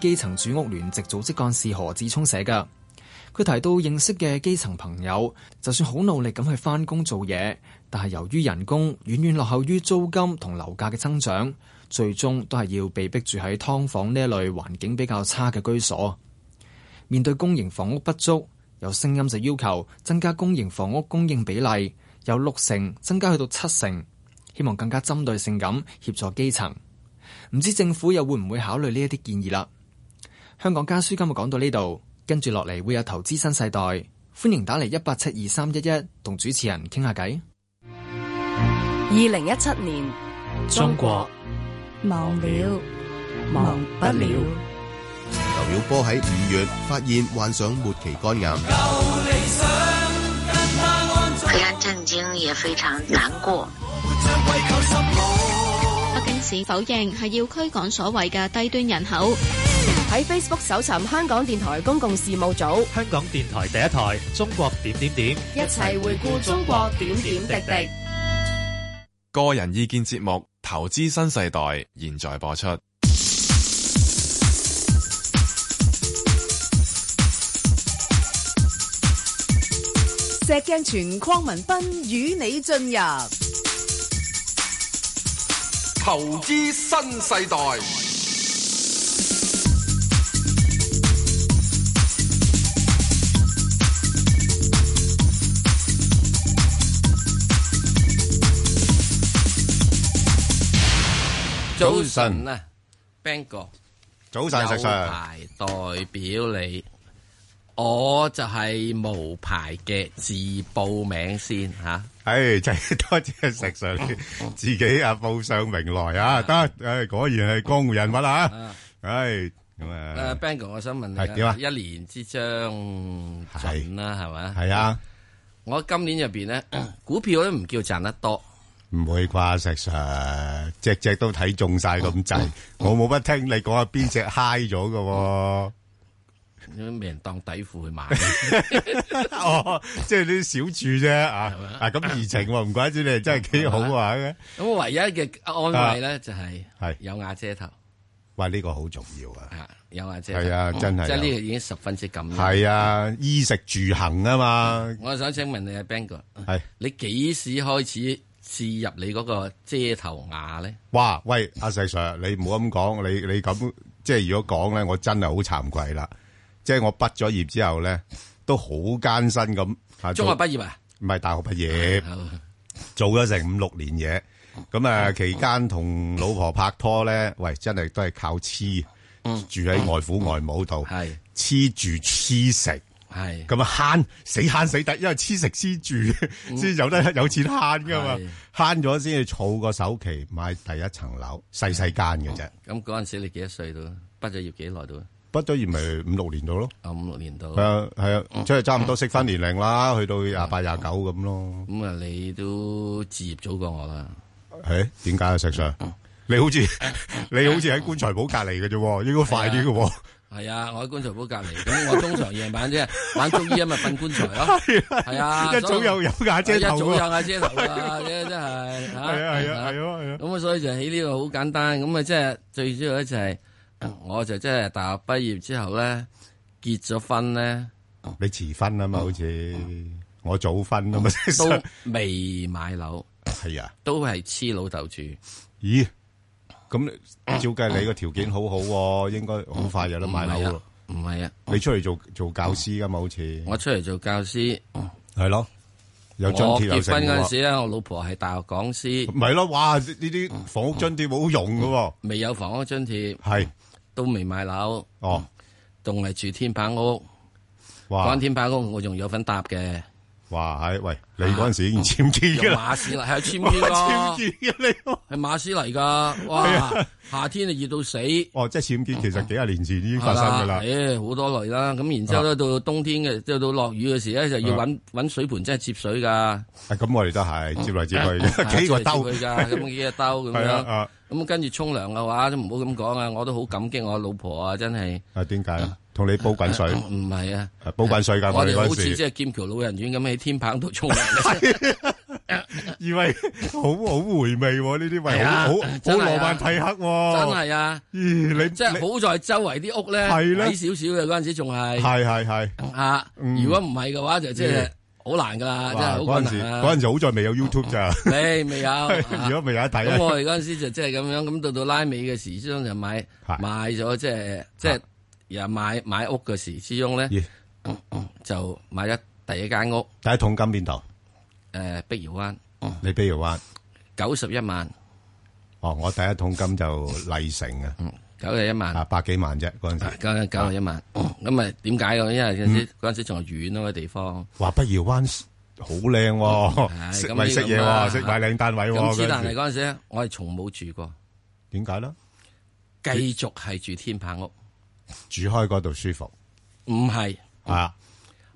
基層住屋聯席組織幹事何志聰寫㗎。佢提到認識嘅基層朋友，就算好努力咁去返工做嘢，但係由於人工遠遠落後於租金同樓價嘅增長，最終都係要被逼住喺劏房呢一類環境比較差嘅居所。面對公營房屋不足，有聲音就要求增加公營房屋供應比例，由六成增加去到七成，希望更加針對性咁協助基層。唔知政府又會唔會考慮呢一啲建議啦？香港家書今日講到呢度。跟住落嚟會有投資新世代，歡迎打嚟一八七二三一一同主持人傾下偈。二零一七年，中國忘了，忘不了。劉曉波喺五月發現患上末期肝癌，非常震驚，也非常難過。北京市否認係要驅趕所謂嘅低端人口。喺 Facebook 搜尋香港電台公共事務組，香港電台第一台《中國點點點》，一齊回顧中國點點滴滴。個人意見節目《投資新世代》現在播出。石鏡泉、鄺民彬與你進入《投資新世代》。早晨啊，Bang 哥，早晨石 Sir，牌代表你，我就係無牌嘅自報名先吓。唉，真係多謝石 Sir 你自己啊報上名來啊，得，唉果然係江湖人物啊，唉咁啊。誒，Bang 哥，我想問你係點啊？一年之將盡啦，係咪？係啊，我今年入邊咧， 股票都唔叫賺得多。唔會啩，石 Sir，隻隻都睇中晒咁滯，我冇乜聽你講下邊隻 high 咗嘅，啲咩人當底褲去買？ 哦，即係啲小注啫啊！啊咁怡情喎，唔怪之你真係幾好啊！咁我唯一嘅安慰咧就係係有瓦遮頭，喂呢個好重要啊！啊有瓦遮頭嗯係啊，真係即係呢個已經十分之感恩。係啊，衣食住行啊嘛。我想請問你啊，Bang 哥，係你幾時開始置入你嗰個遮頭瓦咧？哇！喂，阿石 Sir，你唔好咁講，你你咁即係如果講咧，我真係好慚愧啦。即係我畢咗業之後咧，都好艱辛咁。啊中學畢業啊？唔係大學畢業，做咗成五六年嘢。咁嗯啊，期間同老婆拍拖咧，喂，真係都係靠黐，嗯住喺外父外母度，黐住黐食。係咁啊慳死慳死得，因為黐食黐住嗯先有得有錢慳噶嘛，慳咗先至儲個首期買第一層樓，細細間嘅啫。咁嗰陣時你幾多歲到？畢咗業幾耐到？畢咗業咪五六年度咯。啊，五六年度。嗯係啊係啊，即係差唔多適婚年齡啦，去到廿八廿九咁咯。咁啊，你都置業早過我啦。誒點解啊，石 Sir？你嗯好似你好似喺棺材鋪隔離嘅啫喎，應該快啲 嘅喎。係啊，我喺棺材鋪隔離，咁我通常夜晚啫玩中醫啊，咪瞓棺材咯。係啊，一早又有瓦遮頭一喎早有瓦遮頭 啊，真真係嚇。係啊係啊係啊係啊。咁啊，所以就喺呢個好簡單。咁啊，即係最主要咧就係，呃我就即係大學畢業之後咧，結咗婚咧，你遲婚啊嘛，好似我早 婚啊嘛，石 Sir 都未買樓。係啊，都係黐老豆住。咦？咁照計你個條件好好喎，應該好快有得買樓嗯咯。唔係啊，你出嚟做做教師噶嘛？好似我出嚟做教師，係咯，有津貼有我結成婚嗰陣喎。時咧，我老婆係大學講師，咪咯，哇！呢嗯啲房屋津貼好用噶喎。未有房屋津貼，係都未買樓，哦，仲係住天棚屋。哇講！天棚屋，我仲有份搭嘅，哇！係喂，你嗰陣時已經簽用結㗎馬啦。屎泥係簽 片哇咯，簽結嘅係馬屎泥噶。啊哇，夏天就熱到死，嗯你，哦，即係簽結其實幾廿年前已經係發生㗎啦。啊誒好多類啦。咁然之後咧，到冬天嘅，即係到落雨嘅時咧，就要揾揾水盆真係接水㗎。啊咁我哋都係接嚟接去，係 幾個接兜嚟接去㗎，咁幾個兜咁 係啊樣啊。咁跟住沖涼嘅話，都唔好咁講啊！我都好感激我老婆啊，真係。啊，點解啊？同你煲滾水， 唔係啊，煲滾水㗎。我哋哋好嗰陣似時即係劍橋老人院咁喺天棚度沖涼。 以為好好回味喎，呢啲係喂好啊 好真係好啊羅曼蒂克喎，真係啊！咦，你即係好在周圍啲屋咧係矮少呢少嘅嗰陣時仲係係係係啊，如果唔係嘅話就即係嗯好難噶啦，真係好哇嗰困陣時難啊！嗰陣時好在未有 YouTube 咋，，未未有 如果未有得睇啊咁我哋嗰陣時就即係咁樣，咁到到拉尾嘅時之中就買買咗，即係即係又買買屋嘅時之中咧，嗯就買咗第一間屋，第一桶金邊度？誒碧瑤灣嗯你比如話，九十一萬，哦，我第一桶金就麗城啊，嗯九十一萬啊百幾萬啫嗰陣時，嗯九九十一萬，咁啊點解嘅？因為嗰陣時嗰陣時仲係遠咯個地方。話不如灣好靚喎，識咁咪呢識嘢咁啊喎，識買靚單位喎，咁之但係嗰陣時嗰陣時咧，我係從冇住過，點解咧？繼續係住天棚屋，住開嗰度舒服唔係啊，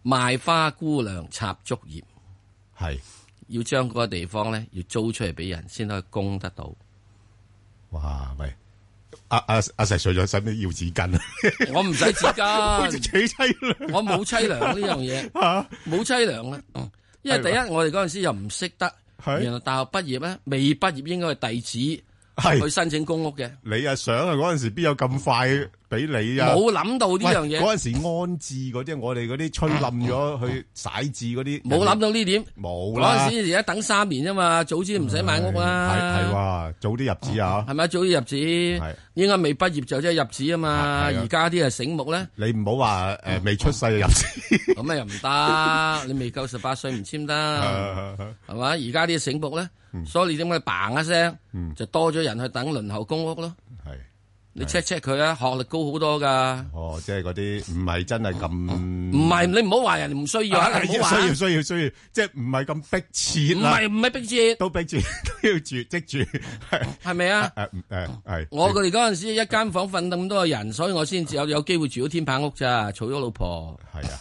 賣花姑娘插竹葉，係要將嗰個地方咧要租出嚟俾人先可以供得到。哇喂！阿阿阿石 Sir 仲使唔使要紙巾啊？ 我唔使紙好似巾，幾凄涼。我冇凄涼呢樣 嘢，冇凄涼啦。因為第一，我哋嗰陣時又唔識得，係原來大學畢業咧，未畢業應該係弟係子去申請公屋嘅。你啊想啊，嗰陣時邊有咁快俾你啊？冇諗到呢樣嘢喂嗰陣時安置嗰啲，我哋嗰啲吹冧咗去洗字嗰啲，冇諗到呢點，冇嗰啦。陣時而啊家等三年啫嘛，早知唔使買屋啦。係係哇，早啲入紙啊！係咪早啲入紙？應該未畢業就即係入紙啊嘛。係啊而家啲係醒目咧，你唔好話誒未出世啊就入紙，咁啊又唔 得，你未夠十八歲唔簽啊得，係嘛？而家啲醒目咧，嗯所以你點解嘭一聲就多咗人去等輪候公屋咯？係你 check check 佢啊，學歷高好多噶，哦，即係嗰啲唔係真係咁，唔唔係你唔好話人唔需要啊，你需唔好話啊 要需要需要，即係唔係咁迫切唔啦係唔係逼切，都逼住 都要住即住，係咪啊？誒誒係我哋嗰陣時一間房瞓咁多個人，所以我先至有有機會住到天棚屋咋，娶咗老婆係啊！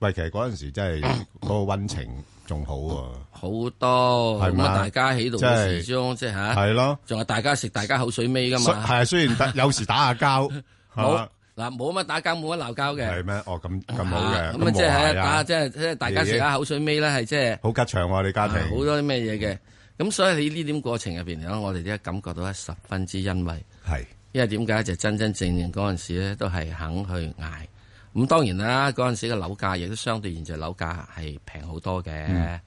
喂，其實嗰陣時 真係嗰個温情仲好喎，好多，係咁嘛啊大家喺度真係嘅時鐘即係吓。係咯，仲係大家食大家口水尾噶雖嘛？係啊雖然得有時打 下交，係冇嘛嗱，冇乜打交，冇乜鬧交嘅。係咩？哦咁咁好啊咁嘅，啊，即和諧係啊打，即係即係大家食下口水尾咧，係即係好吉祥喎！你家啊庭好多啲咩嘢嘅。咁所以喺呢點過程入邊嚟講，我哋都感覺到咧十分之欣慰。係因為點解就真真正正嗰陣時咧，都係肯去捱。咁當然啦，嗰陣時嘅樓價亦都相對現在樓價係平好多嘅。嗯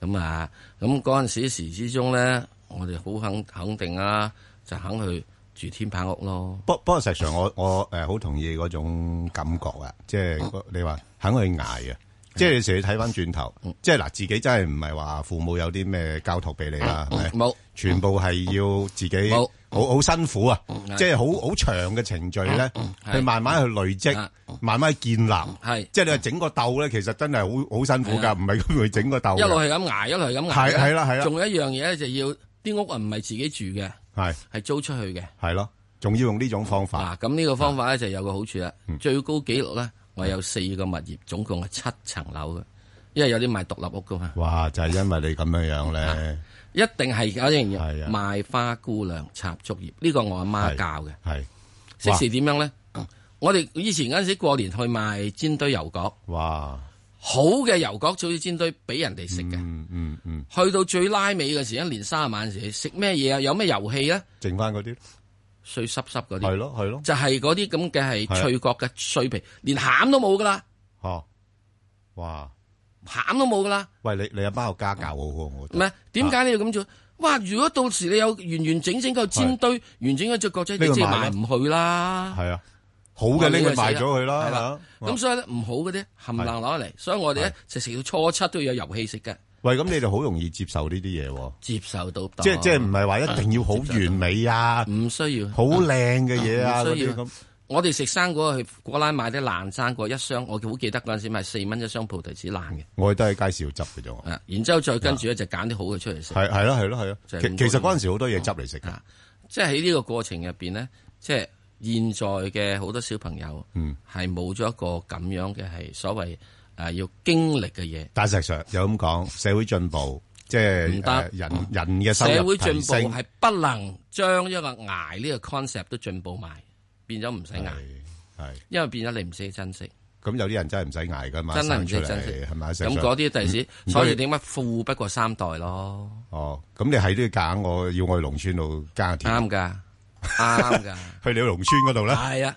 咁、啊，咁嗰陣時時之中咧，我哋好肯肯定啦，就肯去住天棚屋咯。不不過實上我我誒好同意嗰種感覺啊，即係個你話肯去捱啊，即係有時你睇翻轉頭，嗯即係嗱自己真係唔係話父母有啲咩交託俾你啦，係咪？冇全部係要自己冇嗯好好辛苦啊，係嗯即係好好長嘅程序咧，係去慢慢去累積啊，慢慢去建立。係。啊即係你話整個斗咧，其實真係好好辛苦㗎，唔係咁去整個斗一路係嘅。咁捱，一路係咁捱。係係啦係啦仲有一樣嘢咧，就要啲屋啊，唔係自己住嘅，係係租出去嘅。係咯，仲要用呢種方法。嗯嗱，咁呢個方法咧就有個好處啦。最高紀錄咧，我有四個物業，總共係七層樓嘅，因為有啲賣獨立屋噶嘛，啊哇！就係因為你咁樣樣咧，一定係有一樣係嘢啊賣花姑娘插竹葉。呢個我阿媽教嘅。係即時點樣咧？嗯我哋以前嗰陣時過年去賣煎堆油角，哇！好嘅油角早啲煎堆俾人哋食嘅。嗯嗯嗯，去到最拉尾嘅時候，一年三十晚時食咩嘢啊？有咩遊戲咧？剩翻嗰啲碎濕濕嗰啲係。咯係咯，就係嗰啲咁嘅係啊係脆角嘅脆皮，連餡都冇噶啦，哦，哇！餡都冇噶啦。喂，你你阿媽有家教好喎，我覺唔得係點解你要咁做？哇！如果到時你有完完整整個煎堆，完整一隻角仔，呢你個即係賣啦賣唔去啦。係啊，好嘅拎佢死啦賣咗佢啦，係嚇啦。咁所以咧，唔好嗰啲冚唪唥攞嚟，所以我哋咧就食到初七都要有遊戲食嘅，喂，咁你哋好容易接受呢啲嘢喎，接受到即係即係唔係話一定要好完美啊，唔需要好靚嘅嘢啊唔嗰需要啲咁，我哋食生果去果欄買啲爛生果一箱，我好記得嗰陣時買四蚊一箱菩提子爛嘅，我哋都喺街市度執嘅啫喎。啊，然之後再跟住咧就揀啲好嘅出嚟食。係係咯係咯係咯，就係其咁其多實嗰陣時好多嘢執嚟食㗎，啊，即係喺呢個過程入邊咧，即係現在嘅好多小朋友，嗯係冇咗一個咁樣嘅係所謂誒、啊要經歷嘅嘢。但係實上有咁講，社會進步即係唔得誒人人嘅收社入會進提步升，係不能將一個捱呢個 concept 都進步埋，變咗唔使捱，係係因為變咗你唔識珍惜。咁有啲人真係唔使捱噶嘛，真係唔生知出真係嚟係咪？石咁 Sir？嗰啲第時，唔所該以你點解富不過三代咯？哦，咁你喺呢揀，我要我去農村度耕田，啱㗎，啱㗎， 去你個農村嗰度啦。係啊。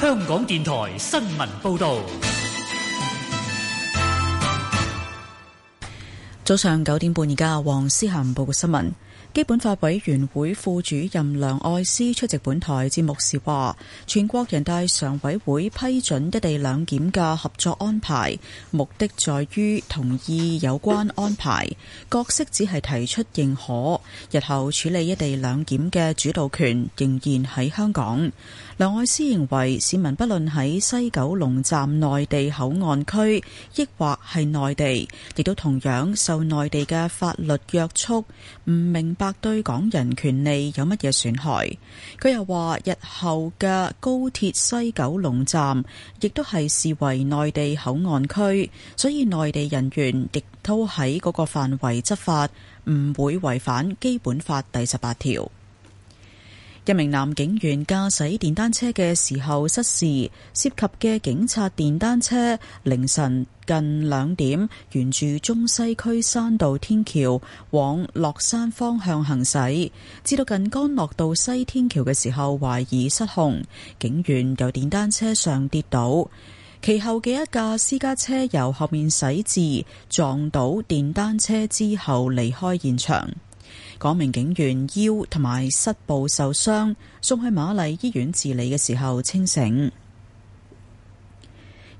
香港電台新聞報道，早上九點半，而家黃思涵報告新聞。基本法委員會副主任梁愛詩出席本台節目時話，全國人大常委會批准一地兩檢嘅合作安排，目的在於同意有關安排，角色只係提出認可，日後處理一地兩檢嘅主導權仍然喺香港。梁愛詩認為，市民不論喺西九龍站內地口岸區，抑或係內地，亦都同樣受內地嘅法律約束，唔明白對港人權利有乜嘢損害。佢又話，日後嘅高鐵西九龍站亦都係視為內地口岸區，所以內地人員亦都喺嗰個範圍執法，唔會違反基本法第十八條。一名男警員駕駛電單車嘅時候失事，涉及嘅警察電單車凌晨近兩點沿住中西區山道天橋往落山方向行駛，至到近干諾道西天橋嘅時候懷疑失控，警員由電單車上跌倒。其後嘅一架私家車由後面駛至，撞到電單車之後離開現場。嗰名警員腰同埋膝部受傷，送去瑪麗醫院治理嘅時候清醒。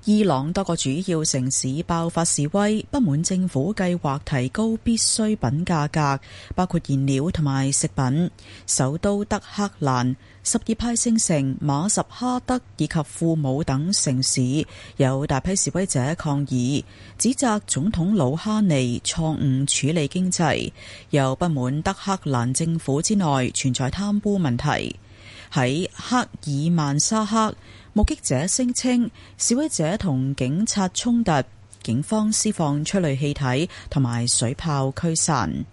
伊朗多個主要城市爆發示威，不滿政府計劃提高必需品價格，包括燃料同埋食品。首都德黑蘭、什葉派聖城馬什哈德以及庫姆等城市有大批示威者抗議，指責總統魯哈尼錯誤處理經濟，又不滿德黑蘭政府之內存在貪污問題。喺克爾曼沙克，目擊者聲稱示威者同警察衝突，警方施放催淚氣體同埋水炮驅散。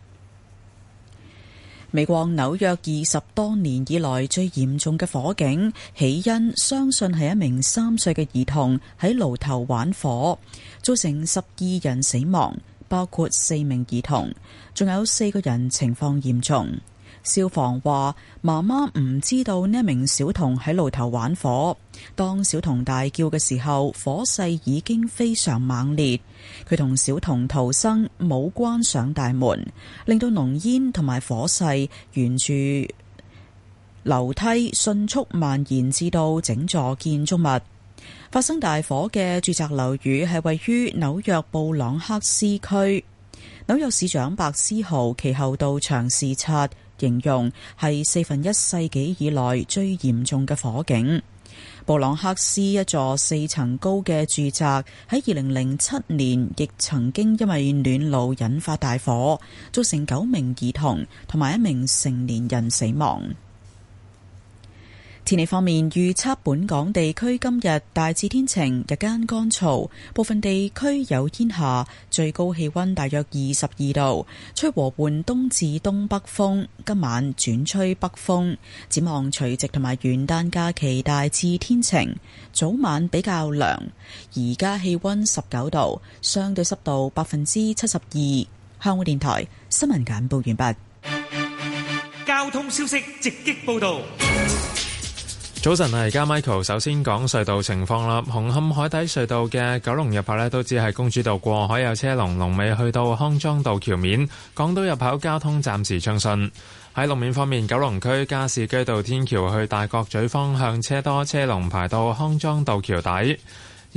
美國紐約二十多年以來最嚴重嘅火警，起因相信係一名三歲嘅兒童喺爐頭玩火，造成十二人死亡，包括四名兒童，仲有四個人情況嚴重。消防話：媽媽唔知道呢名小童喺路頭玩火。當小童大叫嘅時候，火勢已經非常猛烈。佢同小童逃生冇關上大門，令到濃煙同埋火勢沿住樓梯迅速蔓延至到整座建築物。發生大火嘅住宅樓宇係位於紐約布朗克斯區。紐約市長白思豪其後到場視察，形容係四分一世紀以來最嚴重嘅火警。布朗克斯一座四層高嘅住宅喺二零零七年亦曾經因為暖爐引發大火，造成九名兒童同埋一名成年人死亡。天氣方面，預測本港地區今日大致天晴，日間乾燥，部分地區有煙霞，最高氣溫大約二十二度，吹和緩東至東北風，今晚轉吹北風。展望除夕同埋元旦假期大致天晴，早晚比較涼。而家氣溫十九度，相對濕度百分之七十二。香港電台新聞簡報完畢。交通消息直擊報道。早晨啊，而家 Michael 首先講隧道情況啦。紅磡海底隧道嘅九龍入口呢，都只係公主道過海有車龍，龍尾去到康莊道橋面。港島入口交通暫時暢順。喺路面方面，九龍區加士居道天橋去大角咀方向車多，車龍排到康莊道橋底。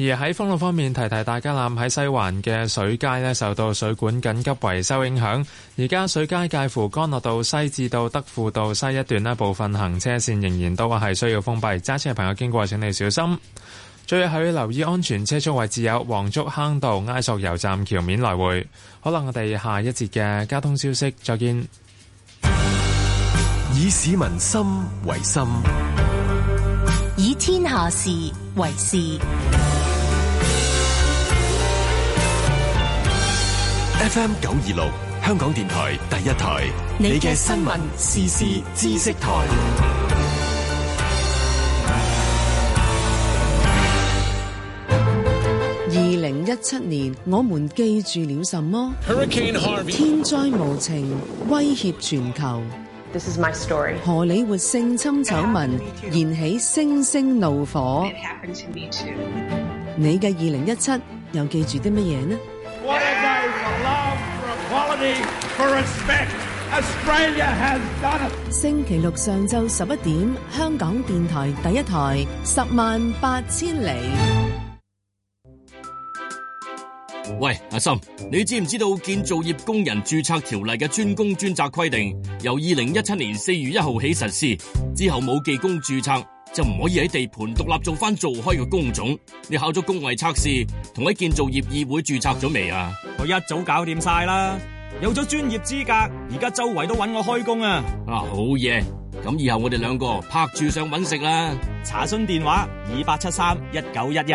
而喺封路方面，提提大家啦，喺西環嘅水街呢，受到水管緊急維修影響，而家水街介乎干諾道西至到德輔道西一段呢，部分行車線仍然都係需要封閉，揸車嘅朋友經過請你小心。最後要留意安全車速位置有黃竹坑道埃索油站橋面來回。好啦，我哋下一節嘅交通消息再見。以市民心為心，以天下事為事。 FM 九二六，香港電台第一台，你嘅新聞時事知識台。二零一七年，我們記住了什麼 Hurricane Harvey 天災無情，威脅全球。 This is my story. 荷里活性侵醜聞燃起星星怒火。 It happened to me too. 你嘅二零一七又記住啲乜嘢呢？ What a day for love, for equality, for respect. Australia has done it. 星期六上晝十一點，香港電台第一台十萬八千里。喂，阿心，你知唔知道建造業工人註冊條例嘅專工專責規定，由二零一七年四月一號起實施，之後冇技工註冊就唔可以喺地盤獨立做翻做開嘅工種。你考咗工藝測試，同喺建造業議會註冊咗未啊？我一早搞掂晒啦，有咗專業資格，而家周圍都揾我開工啊！啊，好嘢！咁以後我哋兩個拍住上揾食啦。查詢電話二八七三一九一一。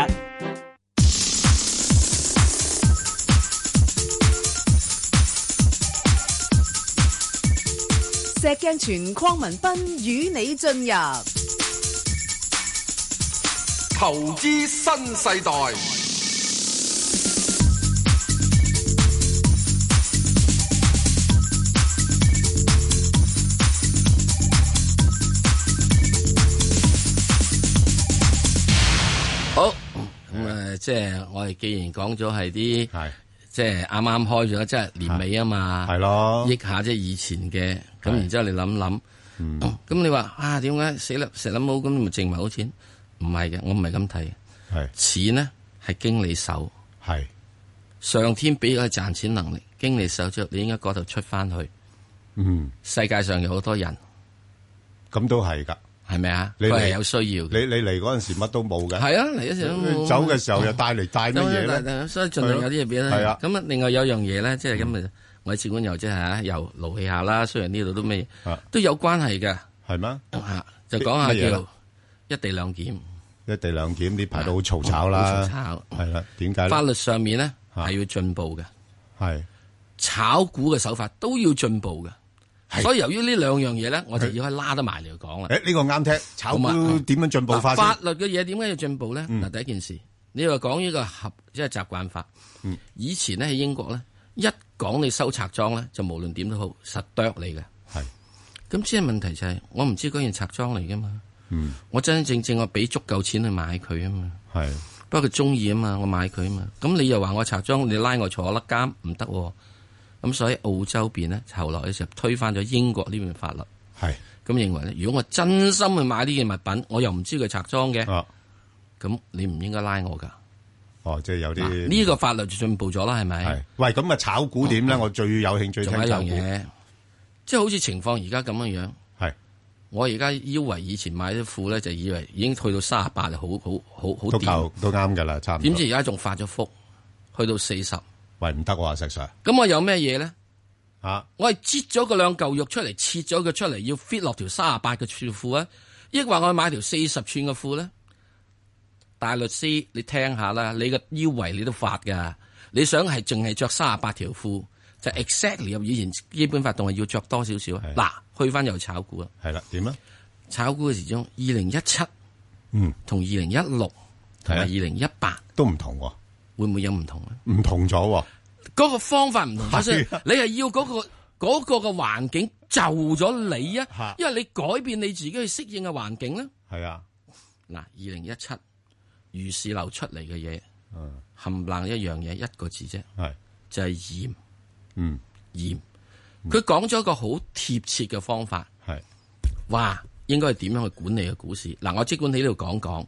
石鏡泉鄺民彬與你進入投資新世代。好，嗯咁誒，即係我哋既然講咗係啲。即係啱啱開咗，即係年尾啊嘛，係咯，益下即係以前嘅，咁然之後你諗諗，嗯咁你話啊點解死粒石粒毛咁咪剩埋好錢？唔係嘅，我唔係咁睇，係錢呢係經理手，係上天俾佢賺錢能力，經理手之後你應該嗰度出翻去。嗯，世界上有好多人，咁都係㗎，係咪啊？你係有需要，你你嚟嗰陣時乜都冇嘅，係啊嚟嗰時都冇，走嘅時候又帶嚟帶乜嘢咧？啊所以儘量有啲嘢俾係啊，嗯咁啊，另外有樣嘢咧，即係今日。我喺次官又即係嚇，啊又勞氣下啦。雖然呢度都咩，都有關係嘅。啊係咩？嚇，就講下叫一地兩檢。一地兩檢呢排都好嘈吵啦，係啦。點解？法律上面咧係要進步嘅，係炒股嘅手法都要進步嘅。所以由於呢兩樣嘢咧，我就要拉得埋嚟講啦。啊誒，呢個啱聽。炒股點樣進步法？嗯法律嘅嘢點解要進步咧？嗱，第一件事，你話講呢個合即係習慣法。嗯以前咧喺英國咧。一講你收賊裝咧，就無論點都好，實啄你嘅。，係咁即係問題就係、是，我唔知嗰件賊裝嚟噶嘛。嗯，我真真正正我俾足夠錢去買佢啊嘛。，係不過佢中意啊嘛，我買佢啊嘛。咁你又話我賊裝，你拉我坐甩監唔得喎。咁所以澳洲邊咧，後來嘅時候推翻咗英國呢邊法律。，係咁認為咧，如果我真心去買呢件物品，我又唔知佢賊裝嘅，咁、啊、你唔應該拉我㗎。哦，即係有啲呢個法律就進步咗啦，係咪？係。喂，咁啊炒股點咧？我最有興趣聽炒仲有股。一樣嘢，即係好似情況而家咁樣樣。係。我而家腰圍以前買啲褲咧，就以為已經去到三十八，好好好好。都夠，都啱㗎啦，差唔多。點知而家仲發咗福，去到四十。喂，唔得喎，石 Sir。咁我有咩嘢咧？嚇！我係擠咗個兩嚿肉出嚟，切咗佢出嚟，要 fit 落條三十八嘅條褲啊！抑或我買條四十寸嘅褲咧？大律師，你聽下啦，你個腰圍你都發噶，你想係淨係着三十八條褲，就 exactly 入以前基本法，仲係要着多少少啊？嗱，去翻又炒股啦，係啦，點啊？炒股嘅時鐘，二零一七，嗯，啊同二零一六同埋二零一八都唔同喎、啊，會唔會有唔同咧？唔同咗喎、啊，嗰個方法唔同咗，所以你係要嗰、嗰個。嗰個嘅環境就咗你啊，因為你改變你自己去適應嘅環境咧。係啊，嗱，二零一七。如是流出嚟嘅嘢，啊冚唪唥一樣嘢，一個字啫，就係嚴。嗯，嚴。佢講咗一個好貼切嘅方法。係，哇，應該係點樣去管理嘅股市？嗱，我即管喺呢度講講。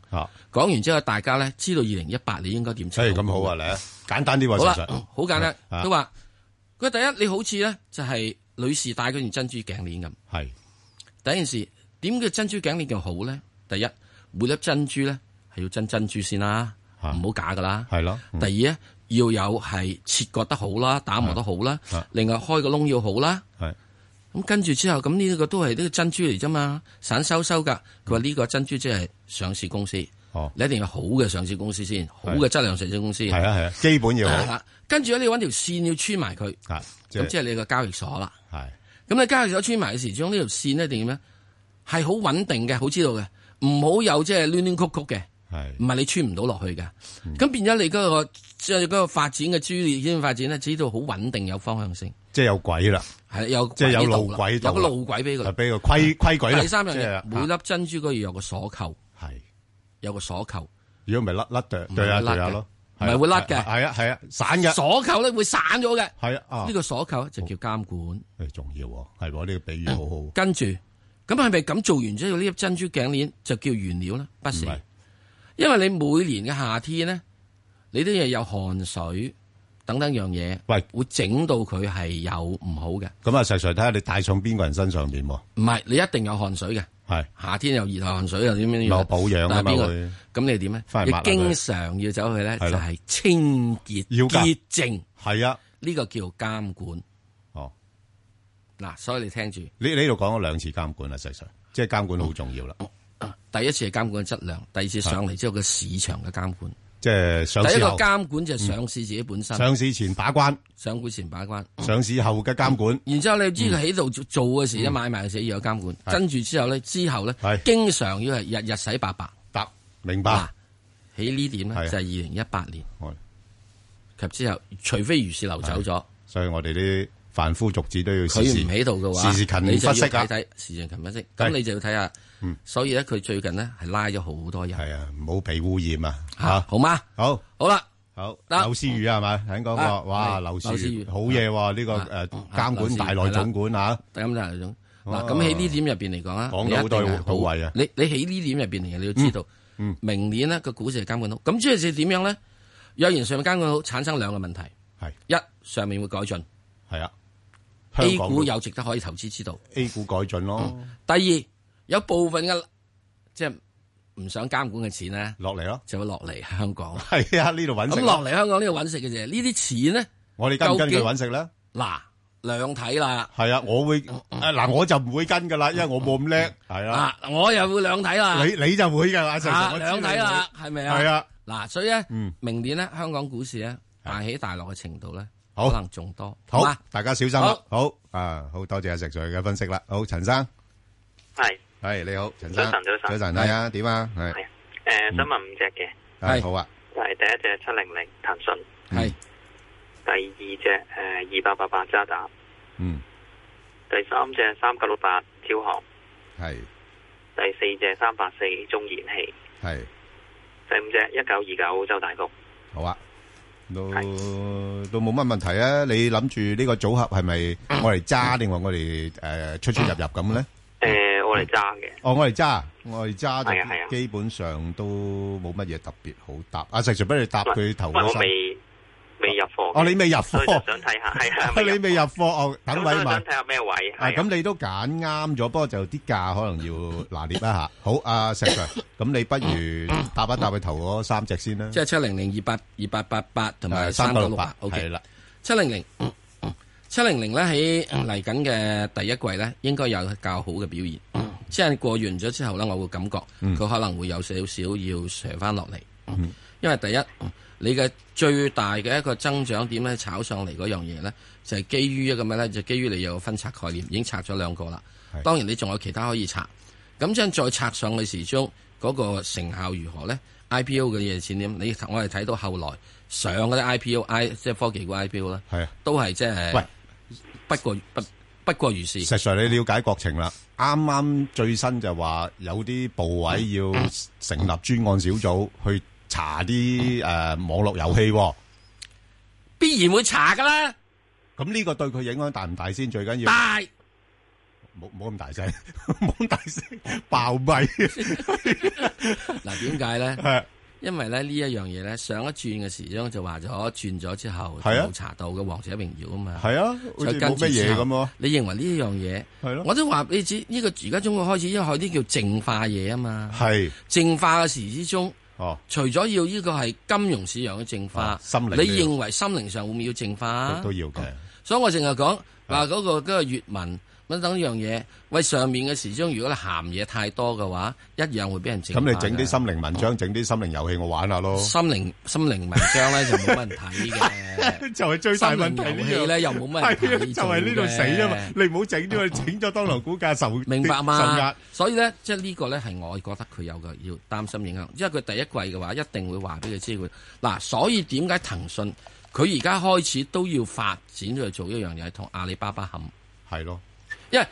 講完之後，大家咧知道二零一八你應該點做。咁好啊，嚟啊，簡單啲話。好啦，好簡單。啊佢話佢第一，你好似咧就係女士戴嗰件珍珠頸鏈咁。係。第一件事，點叫珍珠頸鏈叫好咧？第一，每粒珍珠咧。係要真珍珠先啦，唔好假噶啦。係咯。嗯第二咧，要有係切割得好啦，打磨得好啦。另外開個窿要好啦。係。咁跟住之後，咁呢個都係呢個珍珠嚟啫嘛，散收收噶。佢話呢個珍珠即係上市公司，哦，你一定要好嘅上市公司先，好嘅質量上市公司。係啊係啊基本要好啊係啦跟住咧，你揾條線要穿埋佢。即係咁即係你個交易所啦。係。咁你交易所穿埋嘅時鐘，呢條線咧一定要咩？係好穩定嘅，好知道嘅，唔好有即係攣攣曲曲嘅。係。嗯唔係你穿唔到落去嘅。咁、變咗你嗰、個即係嗰個發展嘅珠鏈圈發展咧，知道好穩定有方向性。即係有鬼啦，係有即係有軌道路啦軌道有個啦路軌俾佢啦，就啊俾個規規矩啦第三樣即係啊嘢，每粒珍珠都要有個鎖扣，係有個鎖扣，如果唔係甩甩對唔係對下會甩對下嘅咯，唔係會甩嘅係啊係啊，散嘅鎖扣咧會散咗嘅。係啊，哦呢個鎖扣就叫監管。誒重要喎，係喎，呢個比喻好好。跟住咁係咪咁做完之後呢粒珍珠頸鏈就叫原料咧？不是，因為你每年嘅夏天咧，你都要有汗水等等樣嘢，喂，會整到佢係有唔好嘅。咁啊，石 Sir 睇下你帶上邊個人身上邊喎？唔係，你一定有汗水嘅。係夏天又熱汗水又點樣樣？有保養啊嘛但係邊個會咁你點咧？翻嚟你抹下佢經常要走去咧，就係咯係清潔、要㗎潔淨。係啊，呢個叫監管。哦，嗱，所以你聽住，你你呢度講咗兩次監管啦，石 Sir，即係監管好重要啦，哦啊第一次係監管嘅質量，第二次上嚟之後嘅市場嘅監管。即係上第一市個後嗯監管就係上市自己本身。上市前把關，上市前把關，上市後嘅監管。嗯然之後你知佢喺度做嘅時，一嗯買賣嘅時要有監管，跟住之後咧，之後咧，經常要係日日洗白白。得，明白。喺呢點咧，係就係二零一八年係及之後，除非如是流走咗，所以我哋啲凡夫俗子都要佢時時唔喺度嘅話，時時勤你就要分析睇啊。睇時時勤分析。係嗯咁你就要睇下，所以咧佢最近咧係拉咗好多人。係啊，唔好被污染啊！嚇，好嗎？好，好啦，好。劉思雨係咪？喺嗰啊個哇，係劉劉思思雨雨好 嘢喎！呢個啊誒監管大內總管啊，咁就係種啊嗱，咁喺呢點入邊嚟講啊，講到好多你一定係到位啊嗯你你喺呢點入邊嚟嘅，你要知道，明年呢個股市係監管好，咁即係點樣咧？若然上面監管好，產生兩個問題，係一上面會改進，係啊香港 A 股有值得可以投資之道嗯，A 股改進咯，第二有部分嘅即係唔想監管嘅錢咧落嚟咯，就會落嚟香港。係啊，呢度揾食咁咯落嚟香港呢度揾食嘅啫，呢啲錢咧，我哋跟唔跟佢究竟揾食咧？嗱兩睇啦。係啊，我會誒嗱，我就唔會跟噶啦，因為我冇咁叻，係啊。嗱，我又會兩睇啦。你你就會㗎啦，石 Sir，啊我知兩睇啦，你會係咪啊？係啊。嗱，所以咧嗯，明年咧，香港股市咧，大起大落嘅程度咧，好可能仲多。好，嘛大家小心啦。好，啊，好，多謝阿石Sir嘅分析啦。好，陳生。係，你好，陳生。系早晨，早晨。早晨，係啊，點啊？係。诶，呃想问五只嘅，啊，好啊。系第一只七零零腾讯，系第二只诶二八八八渣打，嗯，第三只三九六八招行，係第四只三八四中燃气，係第五只一九二九周大福，好啊。都-都冇乜問題啊。你諗住呢個組合係咪我嚟揸定話我嚟，誒，出出入入咁咧？诶，我嚟揸嘅，哦，我嚟揸啊？我嚟揸就係啊，係啊。基本上都冇乜嘢特別好答。啊，石Sir，不如你答佢因頭嗰为我三。未未入货嘅，哦，你未入所以就貨。想睇下系啊， 你未入貨哦，等位咁所以買想睇下咩位啊，係啊咁你都揀啱咗，不過就啲價可能要拿捏一下。好，阿石 Sir，咁你不如搭一搭佢頭嗰三隻先啦。即係七零零二八二八八八同埋誒三九六3968八。O K 係啦，七零零 七零零咧喺嚟緊嘅第一季咧，應該有較好嘅表現。即係過完咗之後咧，我會感覺嗯佢可能會有少少要上翻落嚟。嗯因為第一，你嘅最大嘅一個增長點咧，炒上嚟嗰樣嘢咧，就係、基於一個咩咧？就基於你有個分拆概念，已經拆咗兩個啦。當然你仲有其他可以拆，咁將再拆上嘅時鐘嗰、個成效如何咧？IPO 嘅嘢先點？你我哋睇到後來上嗰啲 IPO I 即係科技股 IPO 咧，係啊，都係即係喂不過不不過如是。石 Sir，你了解國情啦。啱啱最新就話有啲部委要成立專案小組去查啲誒網絡遊戲喎。必然會查噶啦。咁呢個對佢影響大唔大先？最緊要大。冇冇咁大聲， 冇咁大聲，爆咪。 嗱，點解 咧？因為咧呢一樣嘢咧，上一轉嘅時鐘就話咗轉咗之後就係啊冇查到嘅《王者榮耀》啊嘛，係啊好就似跟冇乜嘢咁喎。你認為呢樣嘢係咯我都話俾你知，呢個而家中國開始因為有啲叫淨化嘢啊嘛，係淨化嘅時之中。哦，除咗要呢個係金融市場嘅淨化，心靈你都要認為心靈上會唔會要淨化啊都要嘅。啊所以我淨係講話嗰個嗰個粵文咁等一樣嘢，喂上面嘅時鐘，如果你鹹嘢太多嘅話，一樣會俾人 整咁化㗎。你整啲心靈文章，整啲心靈遊戲我玩下咯。心靈心靈文章咧就冇乜人睇嘅， 就係最大問題呢樣心靈遊戲咧又冇乜人係啊睇，就係呢度死啊嘛！你唔好 整呢個，整咗當樓股價受 明白受嘛壓？所以咧，即係呢個咧係我覺得佢有個要擔心影響，因為佢第一季嘅話一定會話俾佢知佢嗱，所以點解騰訊佢而家開始都要發展去做一樣嘢，同阿里巴巴冚係咯，因為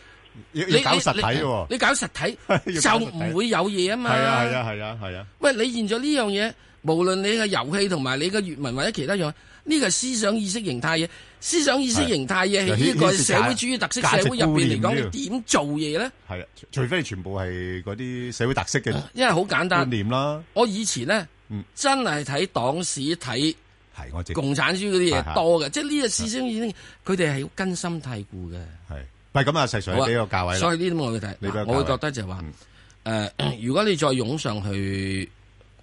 要你要搞實體你喎你搞實體就 要搞實體唔會有嘢啊嘛。係啊係啊係啊係啊！喂，你現咗呢樣嘢，無論你嘅遊戲同埋你嘅粵文或者其他樣，呢個係思想意識形態嘢，思想意識形態嘢係喺呢個牽涉社會主義特色社會入邊嚟講，價值觀念呢個你點做嘢咧？係啊，除除非全部係嗰啲社會特色嘅因為好簡觀單，念啦。我以前咧嗯，真係睇黨史睇係我知共產主義嗰啲係係嘢多嘅，即係呢個思想已經佢哋係要根深蒂固嘅。係喂，咁啊，石 Sir 好啊你俾個價位啦。所以呢啲我會睇你俾個價嗱，位嗯我會覺得就係話誒，如果你再湧上去，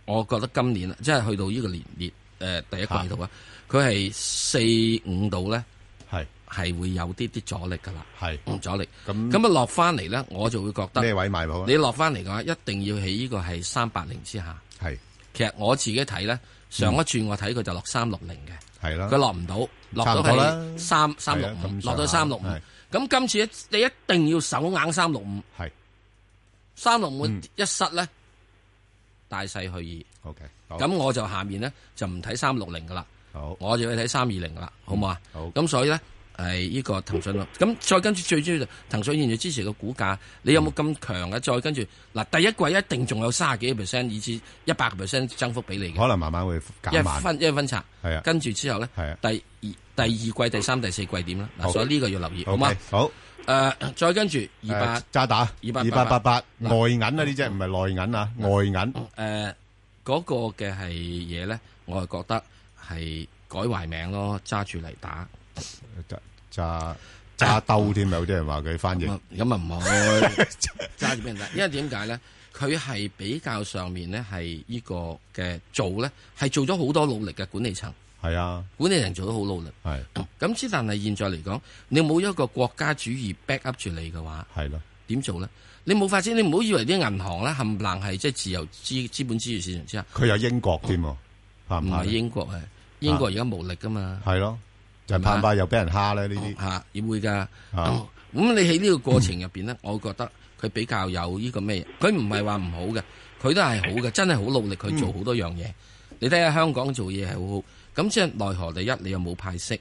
我覺得今年啊即係去到呢個年月誒第一季度啊，佢係四五度咧，係係會有啲啲阻力噶啦，嗯係阻力。咁咁啊落翻嚟咧，我就會覺得咩位買好啊你落翻嚟嘅話，一定要喺呢個係三八零之下。係其實我自己睇咧，上一轉我睇佢就落三六零嘅。係啦，佢落唔到，落差唔到多啦係三三六係啊咁五上，下落到三六五係。咁今次你一定要手硬三六五，係三六五一失咧，大勢去矣。嗯 OK，好咁我就下面咧就唔睇三六零噶啦，好，嗯我就去睇三二零噶啦，好唔好啊？好。咁所以咧係呢個騰訊咯。咁再跟住最主要就騰訊現在之前嘅股價，你有冇咁強嘅？再跟住嗱，第一季一定仲有三十幾個 percent 以至一百個 percent 增幅俾你嘅，可能慢慢會減一慢。分一分拆。係啊，跟住之後咧，第二第二季、第三、第四季點啦？好嗱，所以呢個要留意，好啊 OK，嘛？好。誒，再跟住二八誒渣打二八2888外銀啊呢隻唔係內銀啊外銀誒嗰個嘅係嘢咧，我係覺得係改壞名咯，揸住嚟打。揸揸揸兜添，有啲人話佢翻譯。咁啊唔好揸住俾人打，因為點解咧？佢係比較上面咧係呢個嘅做咧，係做咗好多努力嘅管理層。係啊，管理人做得好努力。係咁之，但係現在嚟講，你冇一個國家主義 back up 住你嘅話，係咯，點做咧？你冇發展，你唔好以為啲銀行咧冚唪唥係即係自由資資本主義市場之下， 佢有英國添喎，怕唔唔怕係咧？英國啊，英國而家無力噶嘛，係咯，就係怕唔怕又俾人蝦咧呢啲哦嚇，亦會㗎。啊嗯咁你喺呢個過程入邊咧，我覺得佢比較有呢個咩嘢？佢唔係話唔好嘅，佢都係好嘅，真係好努力去嗯做好多樣嘢。你睇下香港做嘢係好好，咁即係奈何第一你又冇派息，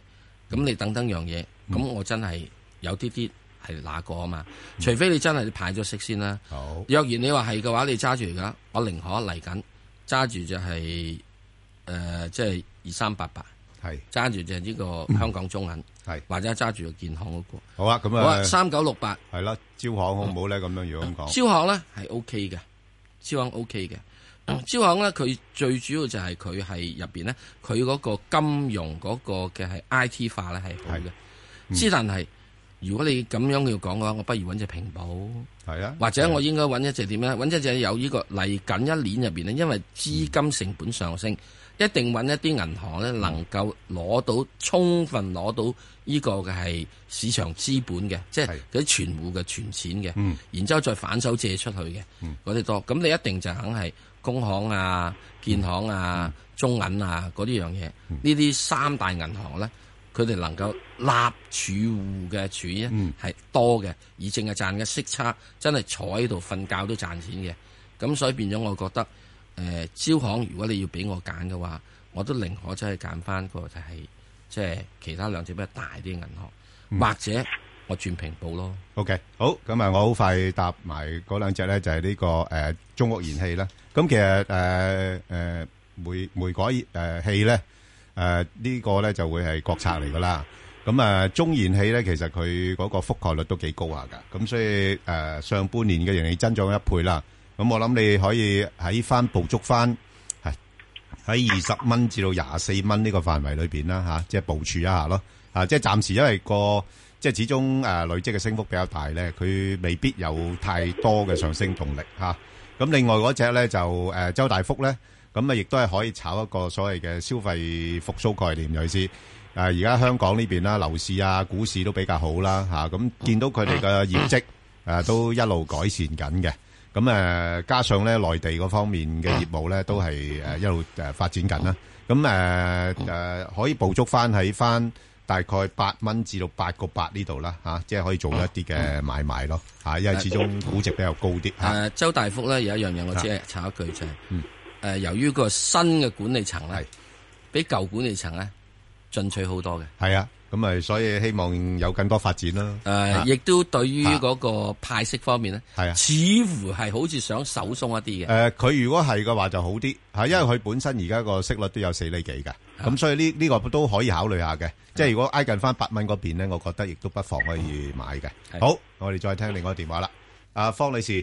咁你等等樣嘢，嗯咁我真係有啲啲係哪個啊嘛？除非你真係派咗息先啦。好若然你話係嘅話，你揸住而家，我寧可嚟緊揸住就係誒，即係二三八八，係嗯揸住就係呢個香港中銀，係或者揸住個建行嗰個。好啊，咁好啊啊，三九六八係啦，招行好唔好咧？咁樣如果咁講，招行咧係 O K 嘅，招行 O K 嘅，嗯招行咧佢最主要就係佢係入邊咧，佢嗰個金融嗰個嘅係 I T 化咧係好嗯嘅。之但係如果你咁樣要講嘅話，我不如揾只平保，係啊，或者我應該揾一隻點咧？揾一隻有呢個嚟緊一年入邊咧，因為資金成本上嗯升，一定揾一啲銀行咧能夠攞到充分攞到呢個嘅係市場資本嘅，即係嗰啲存戶嘅存錢嘅，嗯然之後再反手借出去嘅嗯嗰啲多。咁你一定就肯係工行啊、建行啊、嗯中銀啊嗰啲樣嘢，呢啲三大銀行咧。佢哋能夠立儲戶嘅儲咧嗯係多嘅，而淨係賺嘅息差真係坐喺度瞓覺都賺錢嘅。咁所以變咗，我覺得誒、呃招行如果你要俾我揀嘅話，我都寧可真係揀翻個就係即係其他兩隻比較大啲嘅銀行，嗯或者我轉平保咯。 OK，好，咁啊，我好快答埋嗰兩隻咧，就係呢個誒中國燃氣啦。咁其實誒誒煤煤改誒氣咧，誒呢個咧就會係國策嚟噶啦。咁啊，中燃氣咧，其實佢嗰個覆蓋率都幾高下噶。咁所以誒上半年嘅盈利增長一倍啦。咁我諗你可以喺翻捕捉翻係喺二十蚊至到廿四蚊呢個範圍裏邊啦吓，即係部署一下咯。啊，即係暫時因為個即係始終誒、呃累積嘅升幅比較大咧，佢未必有太多嘅上升動力吓。咁、另外嗰只咧就誒、呃周大福咧，咁啊，亦都係可以炒一個所謂嘅消費復甦概念，尤其是誒而家香港呢邊啦，樓市啊、股市都比較好啦嚇，咁、見到佢哋嘅業績誒、啊都一路改善緊嘅。咁誒、呃加上咧內地嗰方面嘅業 務咧，都係呃誒一路誒發展緊啦。咁誒誒可以捕捉翻喺翻大概八蚊至到八個八呢度啦嚇，即係可以做一啲嗯嘅買賣咯嚇、因為始終估值比較高啲嚇。誒，周大福咧有一樣嘢，我只係插一句就係嗯，誒，由於個新嘅管理層咧，比舊管理層咧進取好多嘅。系啊，咁咪所以希望有更多發展啦。誒，亦都對於嗰個派息方面咧，係啊，似乎係好似想手鬆一啲嘅。誒，呃佢如果係嘅話就好啲，係因為佢本身而家個息率都有四厘幾嘅，咁所以呢呢個都可以考慮下嘅。即係如果挨近翻八蚊嗰邊咧，我覺得亦都不妨可以買嘅。好，我哋再聽另外一個電話啦。阿方女士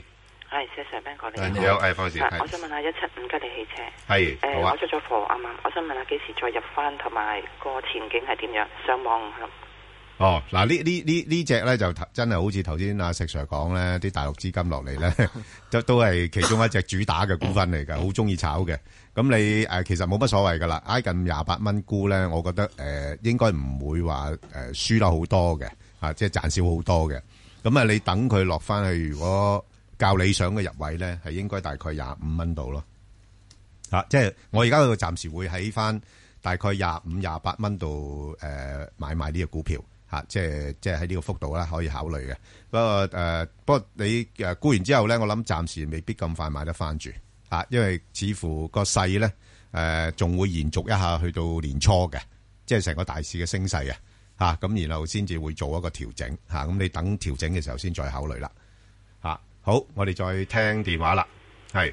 係石 Sir Ben 哥你誒你好誒方士啊係我想問下一七五吉利汽車，係誒好啊我出咗貨啱啱，我想問下幾時再入翻，同埋個前景係點樣？上網係哦，嗱呢呢呢呢只咧就頭真係好似頭先阿石 Sir 講咧，啲大陸資金落嚟咧， 都都係其中一隻主打嘅股份嚟㗎，好中意炒嘅。咁你誒、呃其實冇乜所謂㗎啦，挨近廿八蚊沽咧，我覺得誒、呃、應該唔會話誒、呃、輸得好多嘅，啊即係賺少好多嘅。咁啊，你等佢落翻去，如果較理想嘅入位咧，係應該大概廿五蚊度咯。啊，即係我而家度暫時會喺翻大概廿五、廿八蚊度誒買賣呢個股票嚇、即係即係喺呢個幅度啦，可以考慮嘅。不過誒、呃不過你誒沽完之後咧，我諗暫時未必咁快買得翻住嚇，因為似乎個勢咧誒仲會延續一下去到年初嘅，即係成個大市嘅升勢啊嚇，咁、然後先至會做一個調整嚇，咁、你等調整嘅時候先再考慮啦嚇、啊好，我哋再聽電話啦，係。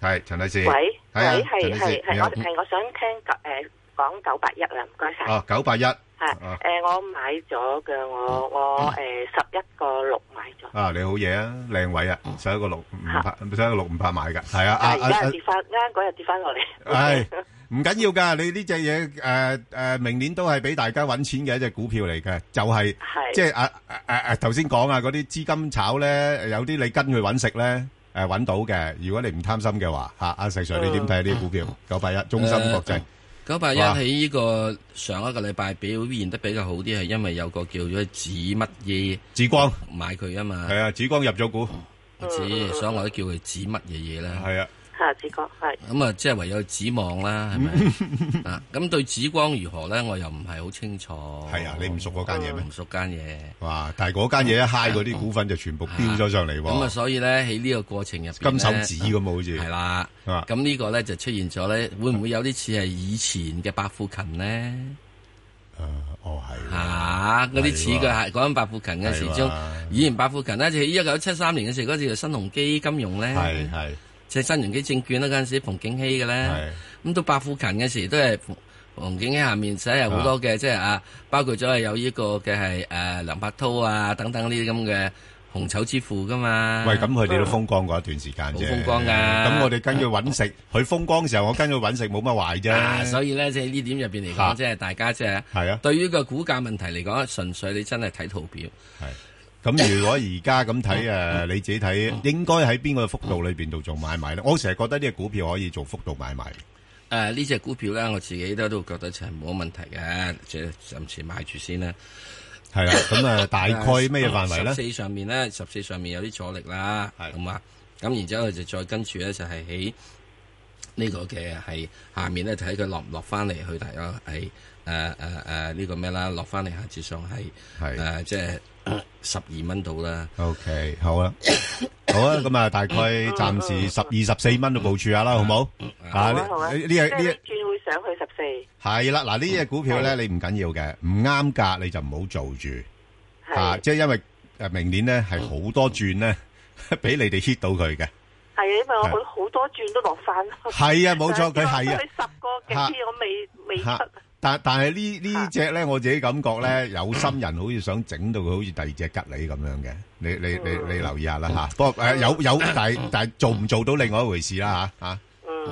系陈女士，喂，係啊喂，係陳女士係你係，好我係我想聽九誒講九八一啊，唔該晒。哦981係啊嗯誒，我買咗嘅，我我誒十一個六買咗，啊，你好嘢啊，靚位啊，十一個六五百，十一個六五百買㗎，係啊，啊但係而啊家跌翻，啱嗰日跌翻落嚟。 啊，系唔緊要㗎，你呢只嘢诶诶，明年都係俾大家揾錢嘅一隻股票嚟嘅，就係係即係啊啊啊啊頭先講啊，嗰啲資金炒咧，有啲你跟佢揾食咧。誒揾到嘅，如果你唔貪心嘅話，嚇、阿石 Sir，你點睇呢啲股票？九八一中芯國際誒九八一哇喺呢個上一個禮拜表現得比較好啲，係因為有個叫做紫乜嘢紫光買佢啊嘛。係啊，紫光入咗股。我知，所以我都叫佢紫乜嘢嘢啦。係啊。嚇，志哥係咁啊，即係唯有指望啦，係 咪啊？咁對紫光如何咧，我又唔係好清楚。係啊，你唔熟嗰間嘢咩？唔熟間嘢。啊哇！但係嗰間嘢一 high 嗰啲股份就全部飆咗上嚟喎。咁啊，所以咧喺呢個過程入邊金手指咁啊好似啊係啦。咁呢個咧就出現咗咧，會唔會有啲似係以前嘅百富勤咧？哦，係嚇！啊嗰啲似係佢喎係講緊百富勤嘅時係鐘喎，以前百富勤咧就喺一九七三年嘅時候嗰時就新鴻基金融咧，係係即係新鴻基證券啦嗰陣時，馮景熙嘅咧，咁到百富勤嘅時都係馮馮景熙下面使有好多嘅，即係啊，包括咗係有呢個嘅係誒梁伯韜啊等等呢啲咁嘅紅籌之父噶嘛。喂，咁佢哋都風光過一段時間啫。好風光㗎咁我哋跟佢揾食，佢風光嘅時候，我跟佢揾食冇乜壞啊，啫。所以咧，即係呢點入邊嚟嚇講，即係大家即係係啊對於個股價問題嚟講，純粹你真係睇圖表。咁如果而家咁睇誒，你自己睇應該喺邊個幅度裏邊度做買賣咧？我成日覺得呢個股票可以做幅度買賣。誒呢只股票咧，我自己都都覺得就係冇乜問題嘅，即係暫時買住先啦。係啦 咁 啊大概咩範圍呢啊十四上面咧，十四上面有啲阻力啦，咁啊，咁然之後就再跟住咧，就係喺呢個嘅係下面咧，睇佢落唔落翻嚟去，大約係誒誒誒呢個咩啦，落翻嚟下至上係誒即係十二蚊度啦。 OK，好啊，好啊，咁啊，大概暫時十二十四蚊度部署下啦，好冇？啊，呢好啊，呢呢即係呢呢轉會上去十四，係啦，嗱呢只股票咧，你唔緊要嘅，唔啱價你就唔好做住，啊，即係因為誒明年咧係好多轉咧， 俾你哋 hit 到佢嘅。係啊，因係為我好多轉都落翻。係啊冇 錯佢係啊佢十個幾嚇我未未出吓，但但係呢呢只咧，我自己感覺咧，有心人好似想整到佢好似第二隻吉利咁樣嘅，你你你你留意下啦吓。不過誒有 有，但係但係做唔做到另外一回事啦吓吓，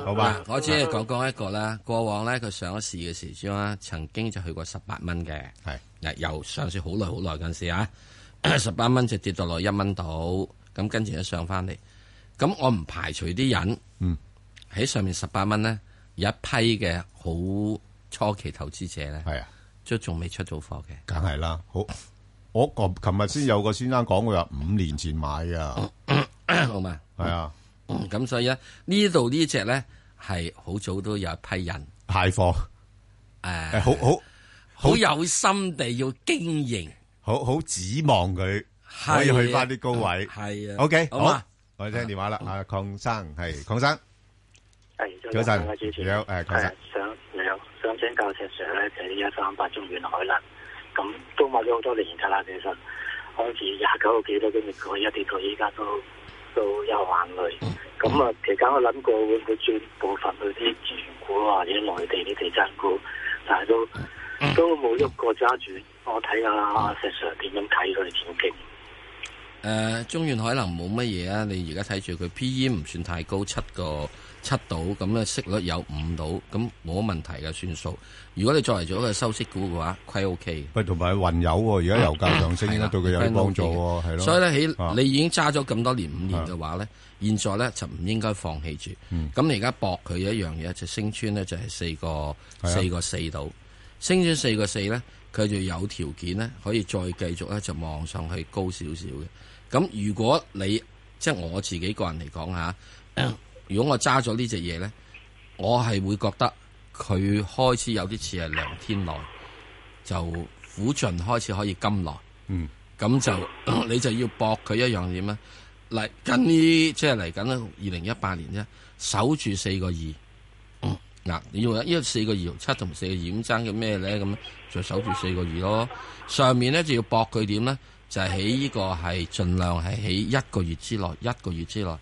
好吧嗱？我只係講講一個啦。過往咧，佢上咗市嘅時鐘啦，曾經就去過十八蚊嘅，係由上市好耐 好耐嗰陣時啊，十八蚊就跌到落一蚊度，咁跟住咧上翻嚟。咁我唔排除啲人，嗯，喺上面十八蚊咧，有一批嘅好初期投資者咧，係啊，都仲未出到貨嘅。梗係啦，好。我琴琴日先有個先生講，佢話五年前買噶， 好嘛？嗯係啊，咁所以咧，呢度呢只咧係好早都有一批人派貨，誒，好好好有心地要經營，好好指望佢可以去翻啲高位。係啊 OK，好嘛好，我哋聽電話啦。阿邝生係，邝生，係早晨主持，你好誒邝生係想你好，想請教石 Sir 咧，就係呢一三八中遠海能，咁都買咗好多年㗎啦，其實開始廿九個幾都跟住佢一跌到依家都都有眼淚。嗯咁啊，期間我諗過會唔會轉部分去啲資源股啊或者內地啲地產股，但係都嗯都冇喐過揸住。我睇下阿石 Sir 點樣睇佢前景。誒、呃中遠海能冇乜嘢啊！你而家睇住佢 P E 唔算太高，七個七度咁咧，息率有五度，咁冇乜問題嘅算數。如果你作為做一個收息股嘅話，虧 O K 喂，同埋運油喎，而家油價上升，應該對佢有啲幫助喎，係咯。所以咧，喺啊你已經揸咗咁多年五年嘅話咧，現在咧就唔應該放棄住。嗯咁你而家搏佢一樣嘢，就升穿咧就係四個係啊四個四度，升穿四個四咧，佢就有條件咧可以再繼續咧就望上去高少少嘅。咁如果你即係我自己個人嚟講吓，嗯如果我揸咗呢只嘢咧，我係會覺得佢開始有啲似係梁天來，就苦盡開始可以甘來。嗯，咁就 你就要搏佢一樣點咧？嚟緊呢，即係嚟緊呢二零一八年啫，守住四個二。嗱，你要因為四個二同七同四個二咁爭嘅咩咧？咁就守住四個二咯。上面咧就要搏佢點咧？就係喺呢個係盡量係喺一個月之內，一個月之內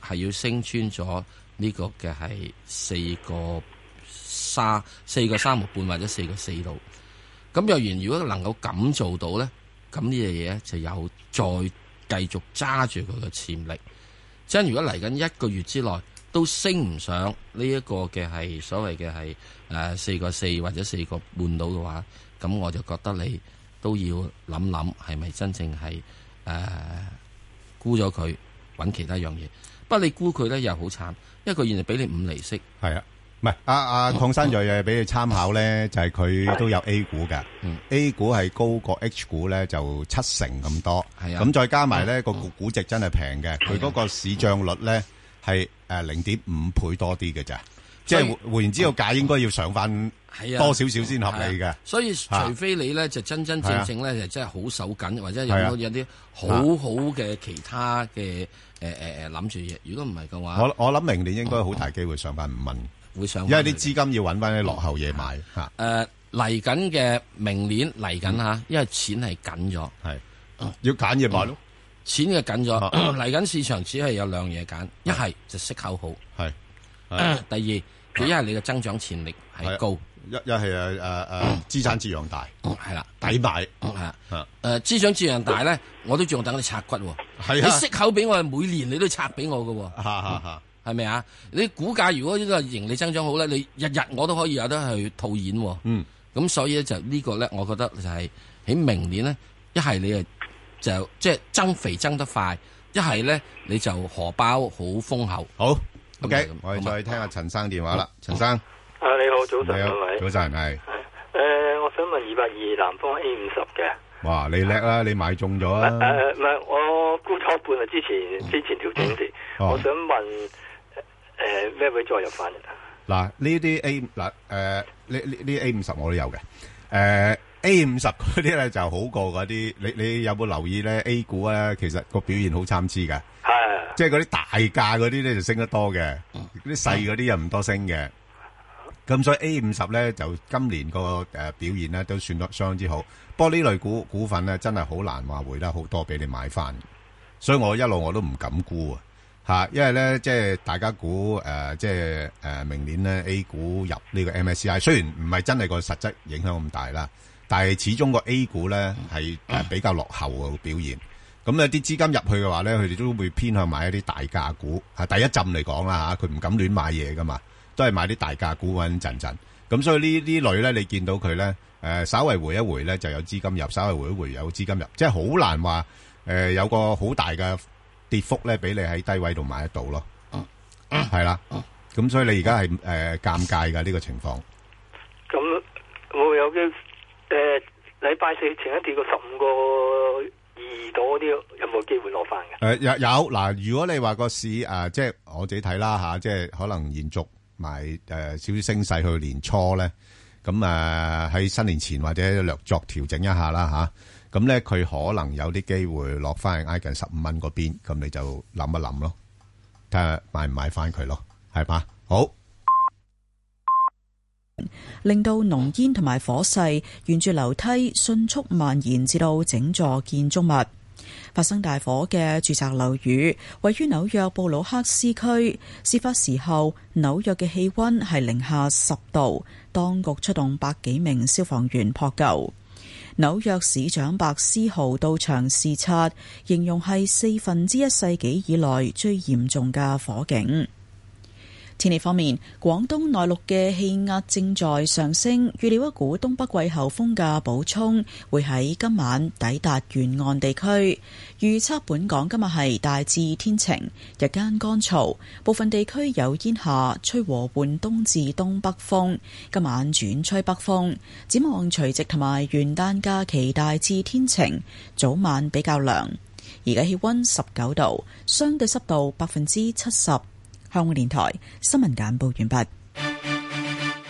係要升穿咗呢個嘅係四個三四個三毫半或者四個四度。咁若然如果能夠咁做到咧，咁呢樣嘢就有再繼續揸住佢嘅潛力。即係如果嚟緊一個月之內都升唔上呢一個嘅係所謂嘅係誒四個四或者四個半到嘅話，咁我就覺得你都要諗諗係咪真正係誒、呃沽咗佢揾其他樣嘢。不過你沽佢咧又好慘，因為佢現在俾你五厘息。係啊。唔係，阿嗯阿邝生就又俾你參考咧，就係佢都有 A 股㗎，A 嗯股係高過 H 股咧就七成咁多，係啊咁再加埋咧個股估值真係平嘅，佢嗰個市漲率咧係誒零點五倍多啲嘅咋，即所以係換換言之個價應該要上翻係啊多少少先合係理嘅啊，所以除非你咧就真真正正咧就真係好手緊，或者有冇係有啲好好嘅其他嘅誒誒誒諗住嘢。如果唔係嘅話，我我諗明年應該好大機會上翻五蚊，會上因為啲資金要揾翻啲落後嘢買嚇。誒嚟緊嘅明年嚟緊嚇，因為錢係緊咗，嗯嗯係要揀嘢買咯。啊錢嘅緊咗，嗯嚟緊市場只係有兩嘢揀，一係就息口好，嗯係第二佢一係你嘅增長潛力係高，嗯一一係誒誒誒資產折讓大，係啦，哦抵買係啊。誒資長資量大咧，我都仲等你拆骨喎。係啊啊你息口俾我，每年你都拆俾我嘅喎。嚇嚇嚇，係咪啊？你股價如果呢個盈利增長好咧，你日日我都可以有得去套現喎。嗯，咁所以咧就呢個咧，我覺得就係喺明年咧，一係你啊就即係增肥增得快，一係咧你就荷包好豐厚。好，OK，我哋再聽下陳生電話啦。陳生，啊，你好，早晨你好兩位。早晨係，誒、我想問二百二南方 A 五十嘅。哇，你叻啦，你買中咗誒、啊！嗯唔係，我沽咗一半啊，之前之前調整時，哦我想問誒咩位再入啊翻嗱，呢啲 A 嗱誒呢呢呢 A 五十我都有嘅，誒 A 五十嗰啲咧就好過嗰啲，你你有冇留意咧 A 股咧？其實個表現好參差嘅，係即係嗰啲大價嗰啲咧就升得多嘅，啲細嗰啲又唔多升嘅。咁所以 A 五十咧就今年個誒表現咧都算得相當之好。不過呢類股股份咧真係好難話回得好多俾你買翻，所以我一路我都唔敢估啊嚇，因為咧即係大家估誒、呃即係誒、呃明年咧 A 股入呢個 MSCI，雖然唔係真係個實質影響咁大啦，但係始終個 A 股咧係誒比較落後嘅表現。咁咧啲資金入去嘅話咧，佢哋都會偏向買一啲大價股。啊，第一浸嚟講啦嚇，佢唔敢亂買嘢噶嘛，都係買啲大價股穩陣陣。咁所以呢呢類咧，你見到佢咧，誒、稍為回一回咧就有資金入，稍為回一回有資金入，即係好難話誒、有個好大嘅跌幅咧，俾你喺低位度買得到咯。系啦，咁所以你而家係诶尷尬噶呢個情況。咁我有嘅诶，礼拜四前一跌過十五個二度嗰啲，有冇機會攞翻嘅？诶、有有嗱，如果你話個市诶、啊即係我自己睇啦吓，即係可能延續埋诶少少升勢去到年初咧，咁啊喺新年前或者略作調整一下啦吓，咁咧佢可能有啲機會落翻去挨近十五蚊嗰邊，咁你就諗一諗咯，睇下買唔買翻佢咯，係嘛？好，令到濃煙同埋火勢沿住樓梯迅速蔓延至到整座建築物。發生大火嘅住宅樓宇位於紐約布魯克斯區，事發時候紐約嘅氣温係零下十度，當局出動百幾名消防員撲救。紐約市長白思豪到場視察，形容係四分之一世紀以來最嚴重嘅火警。天氣方面，廣東內陸嘅氣壓正在上升，預料一股東北季候風嘅補充會喺今晚抵達沿岸地區。預測本港今日係大致天晴，日間乾燥，部分地區有煙霞，吹和緩東至東北風。今晚轉吹北風，展望除夕同埋元旦假期大致天晴，早晚比較涼。而家氣温十九度，相對濕度百分之七十。香港電台新聞簡報完畢。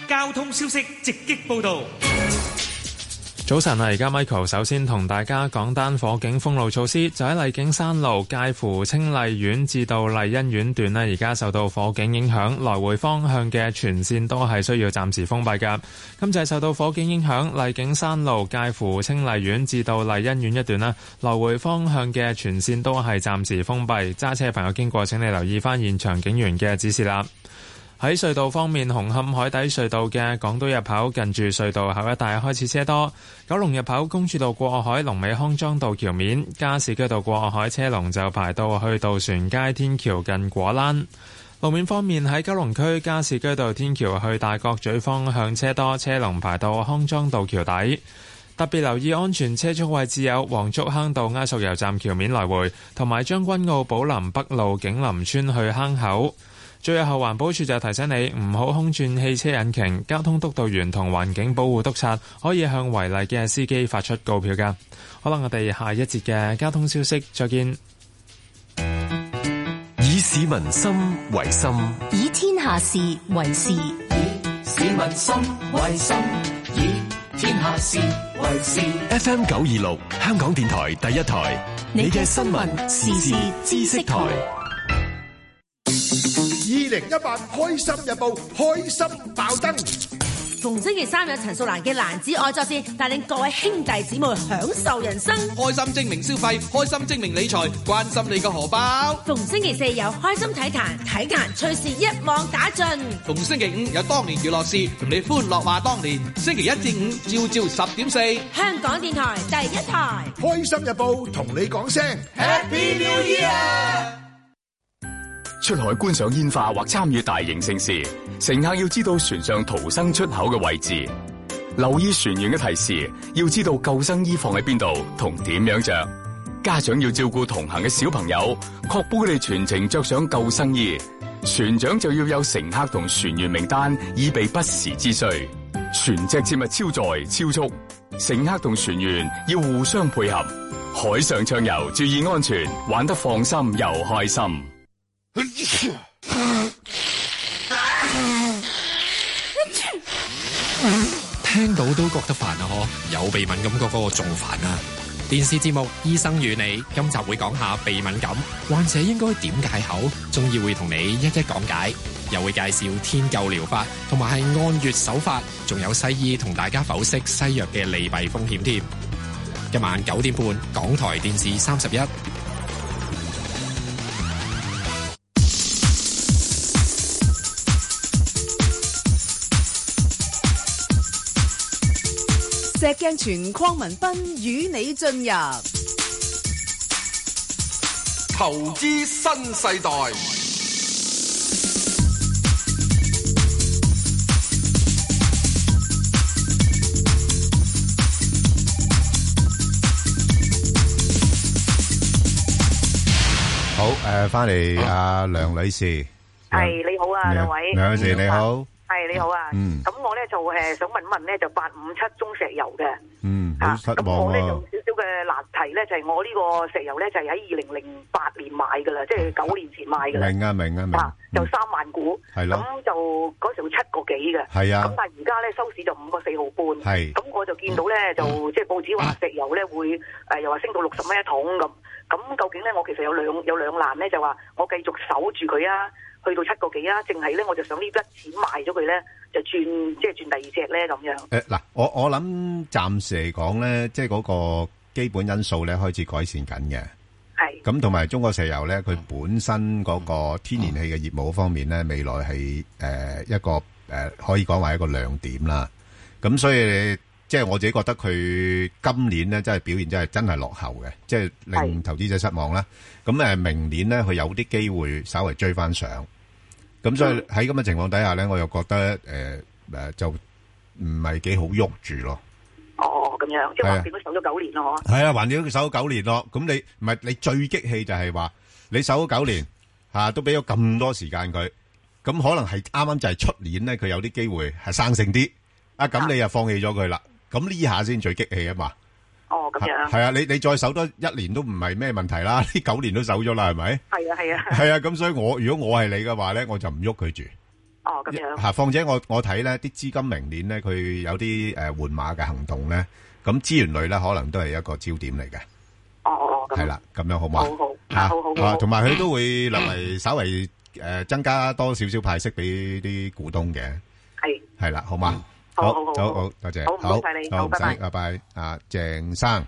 交通消息直擊報道。早晨啊，而家 Michael 首先同大家講單火警封路措施，就喺荔景山路介乎清麗苑至到麗欣苑段呢，而家受到火警影響，來回方向嘅全線都係需要暫時封閉㗎。咁就係受到火警影響，荔景山路介乎清麗苑至到麗欣苑一段啦，來回方向嘅全線都係暫時封閉，揸車嘅朋友經過請你留意翻現場警員嘅指示啦。喺隧道方面，紅磡海底隧道嘅港島入口近住隧道口一帶開始車多；九龍入口公主道過海、龍尾康莊道橋面、加士居道過海車龍就排到去渡船街天橋近果欄。路面方面喺九龍區加士居道天橋去大角咀方向車多，車龍排到康莊道橋底。特別留意安全車速位置有黃竹坑道埃索油站橋面來回，同埋將軍澳寶林北路景林村去坑口。最後，環保署就提醒你唔好空轉汽車引擎。交通督導員同環境保護督察可以向違例嘅司機發出告票㗎。好啦，我哋下一節嘅交通消息再見。以市民心為心，以天下事為事，市民心為心，以天下事為事。 FM 九二六，香港電台第一台，你嘅新聞時事知識台。二零一八開心日報開心爆燈，逢星期三有陳淑蘭嘅男子愛作戰，帶領各位兄弟姊妹享受人生。開心精明消費，開心精明理財，關心你個荷包。逢星期四有開心體壇，體壇趣事一網打盡。逢星期五有當年娛樂事，同你歡樂話當年。星期一至五朝朝十點四，香港電台第一台。開心日報同你講聲 Happy New Year！出海觀賞煙花或參與大型盛事，乘客要知道船上逃生出口嘅位置，留意船員嘅提示，要知道救生衣放喺邊度同點樣着。家長要照顧同行嘅小朋友，確保佢哋全程着上救生衣。船長就要有乘客同船員名單，以備不時之需。船隻切勿超載超速，乘客同船員要互相配合。海上暢遊，注意安全，玩得放心又開心。聽到都覺得煩啊！嗬，有鼻敏感嗰個仲煩啊！電視節目《醫生與你》今集會講下鼻敏感，患者應該點戒口，中醫會同你一一講解，又會介紹天灸療法同埋係按穴手法，仲有西醫同大家剖析西藥嘅利弊風險添。今晚九點半，港台電視三十一。石鏡泉鄺民彬與你進入投資新世代，好，翻嚟阿梁女士，係你好啊，兩位。梁女士你好，係你好啊。嗯咁我咧就誒想問一問咧，就八五七中石油嘅。嗯，好失望我咧喎有，少少嘅難題咧，就係我呢個石油咧就係喺二零零八年買㗎啦，即係九年前買㗎啦。明啊明啊明，啊，就三萬股，係咯咁就嗰時候七個幾嘅，係啊咁但係而家咧收市就五個四毫半，係咁我就見到嗯咧就即係報紙話石油咧會誒又話升到六十蚊一桶咁，咁究竟咧我其實有兩有兩難咧，就話我繼續守住佢啊，去到七個幾啊，淨係咧我就想呢筆錢賣咗佢咧，就轉即係轉第二隻咧咁樣，诶嗱，我我諗暫時嚟講咧，即係嗰個基本因素咧開始改善緊嘅。係咁同埋中國石油咧，佢本身嗰個天然氣嘅業務方面咧，未來係誒、呃一個誒、呃可以講話一個亮點啦。咁所以即係我自己覺得佢今年咧，真係表現真係真係落後嘅，即係令投資者失望啦。咁誒明年咧，佢有啲機會稍微追翻上。咁所以喺咁嘅情況底下咧，我又覺得誒誒、呃就唔係幾好喐住咯。哦咁樣，即係係話啊變咗守咗九年咯，嗬，系啊，還咗守九年咯。咁你唔係你最激氣就係話你守咗九年吓、啊都俾咗咁多時間佢，咁可能係啱啱就係出年咧，佢有啲機會係生性啲啊。咁你又放棄咗佢啦，咁呢下先最激氣啊嘛。哦咁樣，係啊，你你再守多一年都唔係咩問題啦，呢九年都守咗啦，係咪？係啊係啊，係啊，咁所以我如果我係你嘅話咧，我就唔喐佢住。哦咁樣，吓，況且我我睇咧，啲資金明年咧，佢有啲诶换馬嘅行動咧，咁資源類咧可能都係一個焦點嚟嘅。哦哦咁，係啦，咁樣好嘛？好好嚇好好好啊同埋佢都會略為稍為诶增加多少少派息俾啲股東嘅，係。係啦，好嘛？好好好好好好多謝，好唔該好晒你好好唔拜使，拜拜拜。啊，鄭生，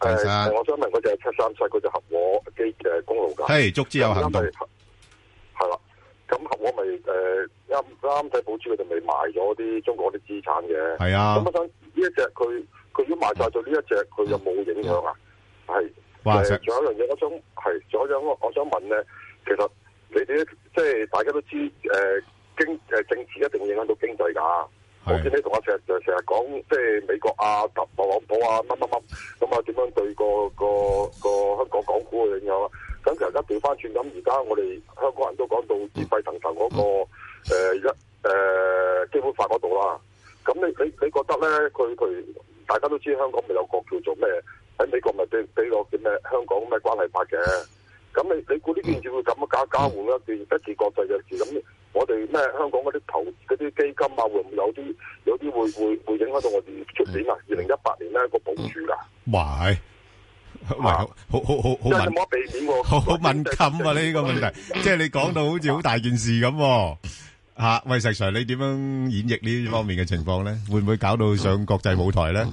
誒鄭生，我想問嗰只七三七嗰只合和機嘅公路架，係足之有行動咁啱咪係啦。咁合和咪誒啱啱睇報紙，佢哋咪賣咗啲中國啲資產嘅。係啊咁我想呢一隻佢佢如果賣晒咗呢一隻，佢有冇影響啊？係。哇誒實仲有一樣嘢，我想係，仲有一樣我我想問咧，其實你哋即係大家都知誒、經誒政治一定影響到經濟㗎。我見你同阿石就成日講，即係美國啊、特特朗普啊，乜乜乜，咁啊點樣對個個個香港港股嘅影響啊？咁其實而家調翻轉咁，而家我哋香港人都講到熱沸騰騰嗰個誒一誒基本法嗰度啦。咁你你你覺得咧，佢佢大家都知香港咪有個叫做咩？喺美國咪俾俾個叫咩香港咩關係法嘅？咁你你估呢件事會咁樣搞交換一段一次國際嘅事？咁我哋咩香港嗰啲投嗰啲基金啊，會唔會有啲有啲會會會影響到我哋出年啊？二零一八年咧個部署㗎，哇，係哇，好好好好即啊係好敏有冇得避免喎？好好敏感啊！呢個問題，即係你講到好似好大件事咁喎。吓，喂，石 Sir，你點樣演繹呢方面嘅情況咧？會唔會搞到上國際舞台嗯咧？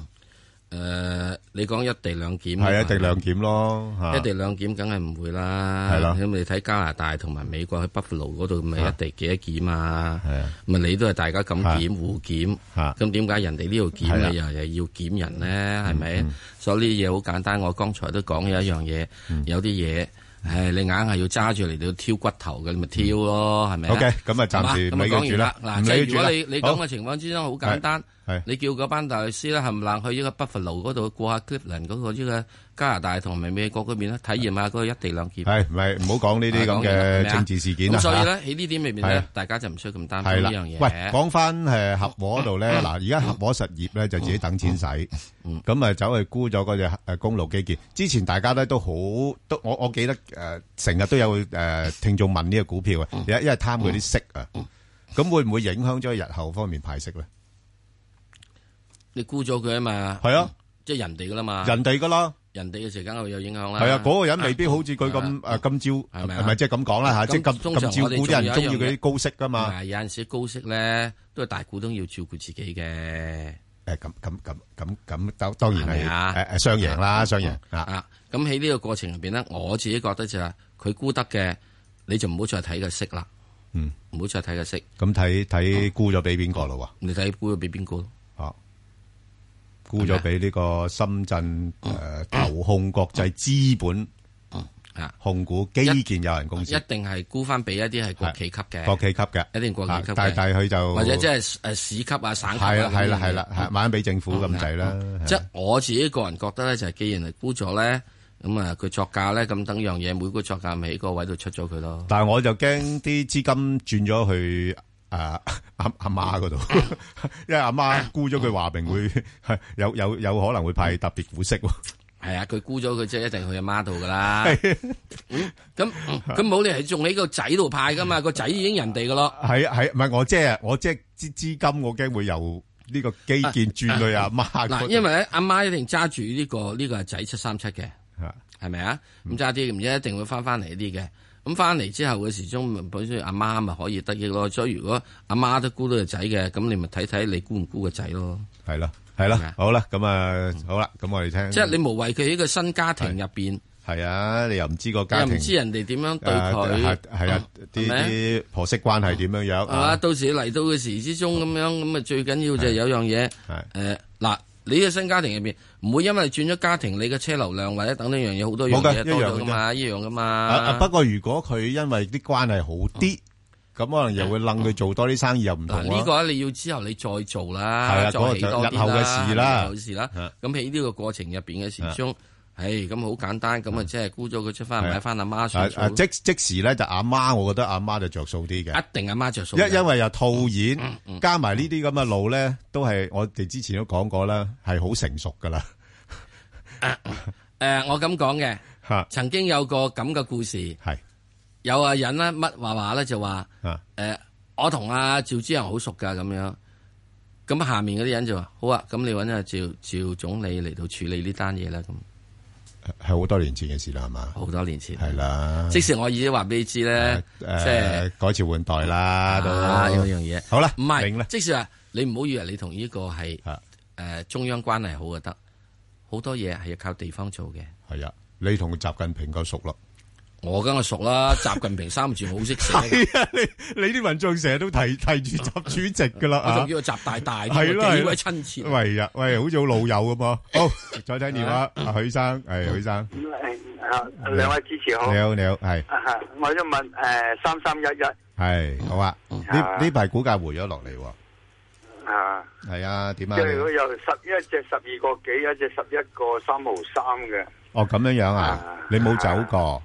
诶、你講一地兩檢啊係一地兩檢咯嚇一地兩檢梗係唔會啦，係啦咁你睇加拿大同埋美國喺北法路嗰度咪一地幾多檢啊係啊，咪你都係大家咁檢互檢，咁點解人哋呢度係啊嗯檢你又又要檢人咧？係咪？所以呢啲嘢好簡單，我剛才都講有一樣嘢，嗯有啲嘢。唉，你硬係要揸住嚟到挑骨頭嘅，你咪挑咯，係咪啊 OK，咁啊暫時好唔嘛理咁啊佢住啦講完唔嗱，理即係如佢住果啦你你好咁嘅情況之中，好簡單係，你叫嗰班大律師啦，冚唪唥去呢個北佛路嗰度過下 Clifton 嗰個呢個加拿大同埋美國嗰邊咧，體驗下嗰個一地兩檢。係唔係唔好講呢啲咁嘅政治事件啊啦啊咁所以嚇咧喺呢啲裏面係咧啊，大家就唔需要咁擔係心啦，呢樣嘢。喂，講返，誒，合和嗰度呢，嗱，而家合和實業呢，就自己等錢使，咁啊，走去沽咗嗰隻，誒，公路基建。之前大家呢，都好-都-我-我記得，誒，成日都有，誒，聽眾問呢個股票啊，因為-因為貪佢啲息啊。咁會唔會影響咗日後方面派息呢？你沽咗佢啊嘛，係啊，即係人哋噶啦嘛，人哋㗎啦，人哋嘅時間會有影響啦。係啊，嗰個人未必啊好似佢咁，誒，咁招-係咪啊？唔係，即係咁講啦吓，咁即係咁-通常咁照我哋顧啲仲人有一鍾意樣嗰啲嘢高息㗎嘛。同埋有陣時高息咧，都係大股東要照顧自己嘅。誒咁咁咁咁咁，當當然係咪啊誒誒雙贏啦雙贏啊！咁喺呢個過程入邊咧，我自己覺得就係佢沽得嘅，你就唔好再睇個息啦。嗯，唔好再睇個息。咁睇睇沽咗俾邊個咯？你睇沽咗俾邊個咯？哦，沽咗俾呢個深圳誒投控國際資本啊控股基建有限公司一，定係沽翻俾一啲係國企級嘅，國企級嘅，一定國企級啊嘅。但但係佢就或者即係誒市級啊、省級啊。係啦係啦咁樣係啦，係買緊俾政府咁滯啦。即係我自己個人覺得咧，就係既然係沽咗咧，咁啊，佢作價咧，咁等樣嘢每股作價咪喺嗰個位度出咗佢咯。但系我就驚啲資金轉咗去诶阿阿媽嗰度， 因為阿媽估咗佢華明會有有有可能會派特別股息喎。係啊，佢沽咗佢即係一定去阿媽度噶啦。嗯咁咁冇理由係仲喺個仔度派噶嘛，個仔已經人哋噶咯。係啊係，唔係我即係我即係資資金，我驚會由呢個基建轉去阿媽嗰嗱，度。因為咧阿媽一定揸住呢個呢個係仔七三七嘅，係咪啊？咁揸啲唔知一定會翻翻嚟呢啲嘅。咁翻嚟之後嘅時鐘，咪本身阿媽咪可以得益咯。所以如果阿媽都估到個仔嘅，咁你咪睇睇你估唔估個仔咯。係啦係啦，好啦，咁啊好啦，咁我哋聽。即係你無謂佢喺個新家庭入邊，係啊，你又唔知個家又庭唔知人哋點樣對誒佢，係啊，啲係咪啲婆媳關係點樣樣係嘛？啊到時嚟到嘅時之中咁樣，咁啊最緊要就係有樣嘢，誒嗱，你嘅新家庭入邊唔會因為轉咗家庭，你嘅車流量或者等等樣嘢好多樣冇㗎嘢一多樣咗噶嘛，一樣噶啊啊嘛。不過如果佢因為啲關係好啲，咁可能又會楞佢做多啲生意又唔同嗱咯呢個你要之後你再做啊係啦，啊再起多嗰個就日後啲嘅事啦啊日後嘅事啦。咁喺呢個過程入邊嘅時鐘，誒咁好簡單，咁啊即係沽咗佢出翻係啊買翻阿媽啊算數啊即即時咧就阿媽，我覺得阿媽就着數啲嘅，一定阿媽着數嘅。因因為又套嗯現，加埋呢啲咁嘅路咧，都係我哋之前都講過啦，係好成熟噶啦，呃誒我咁講嘅。嚇曾經有個咁嘅故事，係啊有啊人咧乜話話咧就話，呃誒、我同阿趙紫陽好熟噶咁樣，咁下面嗰啲人就話好啊，咁你揾阿趙趙總理嚟到處理呢單嘢啦咁。係好多年前嘅事啦，係嘛？好多年前係啦，即使我已經話俾你知咧，即係誒改朝換代啦，都啊有樣嘢。好啦，啊唔係，即使話你唔好以為你同呢個係誒中央關係好就得，好多嘢係要靠地方做嘅。係啊，你同習近平夠熟啦。我梗係熟啦，習近平三個字我好識寫㗎。 係啊，你你啲民眾成日都提提住習主席噶啦，啊我仲叫佢習大大添系啊啦，幾鬼親切喂啊，喂，好似好老友咁 噃。好，再聽電啊話，阿許生，嗯係許生，誒嗯啊兩位支持好。嗯你好，你好，係啊我想問誒三三一一係好啊。嗯呢呢排股價回咗落嚟喎，啊，係啊，即點啊？係佢你有十一隻十二個幾，一隻十一個三毫三嘅哦，咁樣樣啊？你冇走過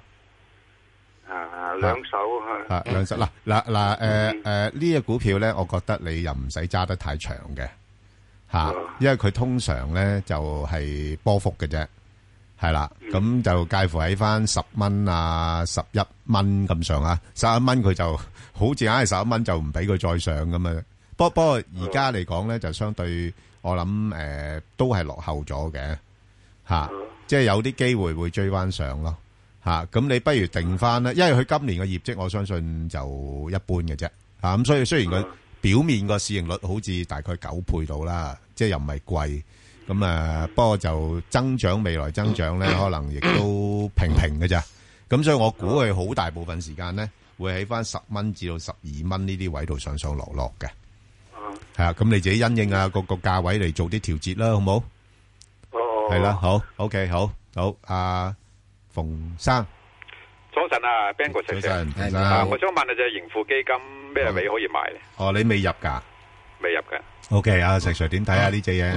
啊，兩手啊嗯啊？兩十嗱嗱嗱誒誒呢只股票咧，我覺得你又唔使揸得太長嘅嚇，哦因為佢通常咧就係波幅嘅啫。系啦，嗯咁就介乎喺翻十蚊啊、十一蚊咁上下，十一蚊佢就 好似硬係十一蚊就唔俾佢再上咁啊。不不過而哦家嚟講咧，就相對我諗诶、呃都係落後咗嘅吓，即係有啲機會會追翻上咯吓。咁、你不如定翻啦，因為佢今年嘅業績我相信就一般嘅啫吓。咁、所以雖然佢表面個市盈率好似大概九倍到啦，即係又唔係貴。咁啊，不過就增長未來增長咧，可能亦都平平嘅咋。咁所以我估佢好大部分時間咧，會喺翻十蚊至到十二蚊呢啲位度上上落落嘅。係啊，咁你自己因應啊個個價位嚟做啲調節啦，好冇？哦係啦，好，OK，好，好，阿馮生，早晨啊，Ben 哥早石晨早晨啊，我想問下只盈富基金咩位可以買咧？哦，你未入㗎未入嘅，嗯？OK，阿石 Sir 點睇啊呢只嘢？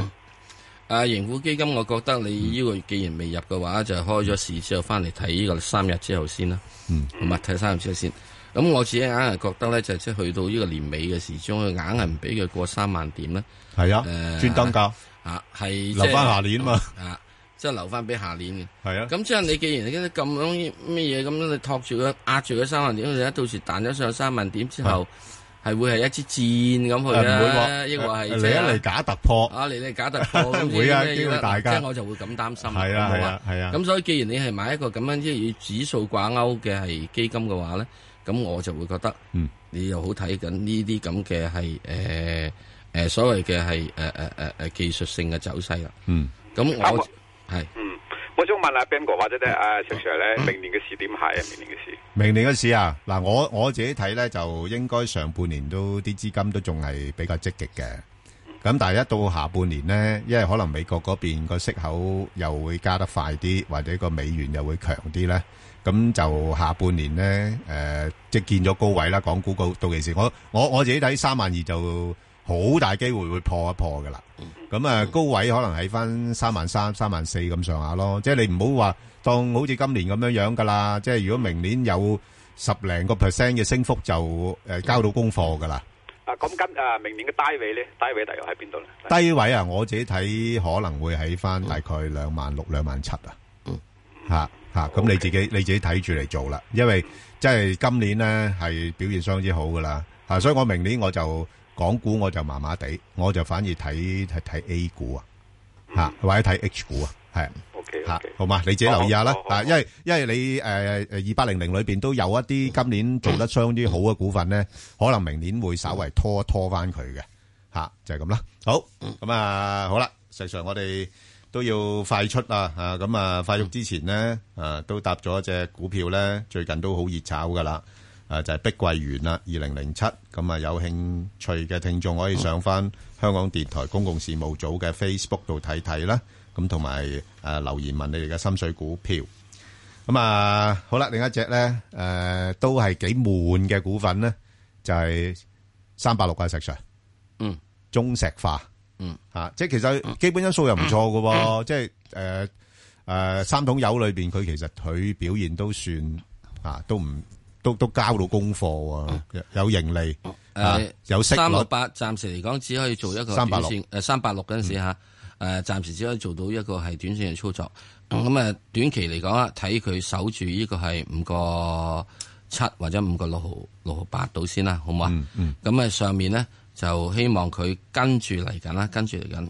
啊，盈富基金，我覺得你嗯呢個既然未入嘅話，就開咗市之後翻嚟睇呢個三日之後先啦。嗯，咁啊睇三日之後先。咁我自己硬係覺得咧，就即係去到呢個年尾嘅時鐘，佢硬係唔俾佢過三萬點咧。係啊誒專登㗎啊，係留返下年嘛。啊，即係留翻俾下年嘅。係啊。咁即係你既然你咁樣咩嘢咁，你托住佢壓住佢三萬點，你一到時彈咗上三萬點之後，係會係一支箭咁去誒唔會啊？喎抑或係誒即係嚟一嚟假突破啊！嚟嚟假突破咁 會呢啊啲咩機會大㗎即係我就會咁擔心。係啊好唔係好啊係啊咁所以既然你係買一個咁樣即係以指數掛鈎嘅係基金嘅話咧，咁我就會覺得，嗯，你又好睇緊呢啲咁嘅係誒誒所謂嘅係誒誒誒誒技術性嘅走勢啦。嗯，咁啊我我係嗯，我想問下 Ben 哥或者咧啊石 Sir 咧，明年嘅市點係啊？明年嘅市明年嘅市啊，嗱，我我自己睇咧，就應該上半年都啲資金都仲係比較積極嘅。咁但係一到下半年咧，因為可能美國嗰邊個息口又會加得快啲，或者個美元又會強啲咧，咁就下半年咧，誒、即係見咗高位啦，港股高到期時，我我我自己睇三萬二就好大機會會破一破噶啦。咁啊高位可能喺翻三萬三、三萬四咁上下咯。即係你唔好話當好似今年咁樣樣㗎啦。即係如果明年有十零個 percent 嘅升幅就誒、呃交到功課㗎啦。啊，咁今啊明年嘅低位咧，低位大約喺邊度咧？低位啊，我自己睇可能會喺翻大概兩萬六、兩萬七啊。吓吓，咁你自己你自己睇住嚟做啦，因為即係今年咧係表現相當之好噶啦，啊，所以我明年我就港股我就麻麻地，我就反而睇睇睇 A 股啊，吓或者睇 H 股啊，係 OK 吓，好嘛，你自己留意下啦，啊，因為因為你诶诶二八零零裏边都有一啲今年做得相當之好嘅股份咧，可能明年會稍為拖一拖翻佢嘅，吓就係咁啦，好，咁啊好啦，實際上我哋。都要快出啦，啊咁啊快速之前咧，啊都搭咗一隻股票咧，最近都好熱炒噶啦，啊就係、碧桂園啦，二零零七，咁啊有興趣嘅聽眾可以上翻香港電台公共事務組嘅 Facebook 度睇睇啦，咁同埋誒留言問你哋嘅心水股票。咁啊，好啦，另一隻咧，誒、都係幾悶嘅股份咧，就係三百六啊，石 Sir，嗯，中石化，嗯，嚇、即係其實基本因素又唔錯嘅喎，即係誒誒三桶油裏邊佢其實佢表現都算啊，都唔都都交到功課喎，有有盈利，啊誒有息三六率，八暫時嚟講只可以做一個386短線誒三八六嗯嗰陣時嚇誒暫時只可以做到一個係短線嘅操作。咁啊短期嚟講啊，睇佢守住呢個係五個七或者五個六毫六毫八到先啦，好唔好啊？咁啊上面咧就希望佢跟住嚟緊啦，跟住嚟緊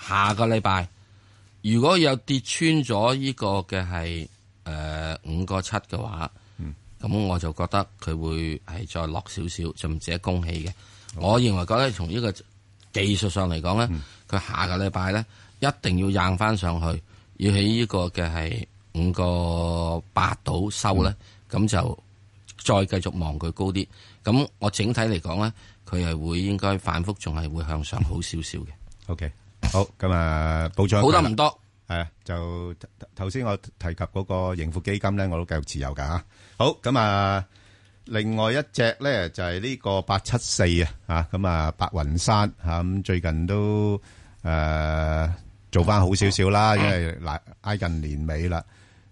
下個禮拜，如果有跌穿咗呢個嘅係誒五個七嘅話，咁、我就覺得佢會係再落少少，就唔止一恭喜嘅。我認為覺得從呢個技術上嚟講咧，嗯佢、下個禮拜咧一定要硬翻上去，要喺呢個嘅係五個八度收咧，咁、嗯就。再繼續望佢高啲。咁我整體嚟講咧，佢係會應該反覆仲係會向上好少少嘅。 OK，好，咁啊，補充好得唔多，系啊，就頭頭先我提及嗰個盈富基金咧，我都繼續持有噶吓。好，咁啊，另外一隻咧就係呢個八七四啊，吓咁啊，白雲山吓咁、最近都诶、呃做翻好少少啦，因為嗱挨近年尾啦。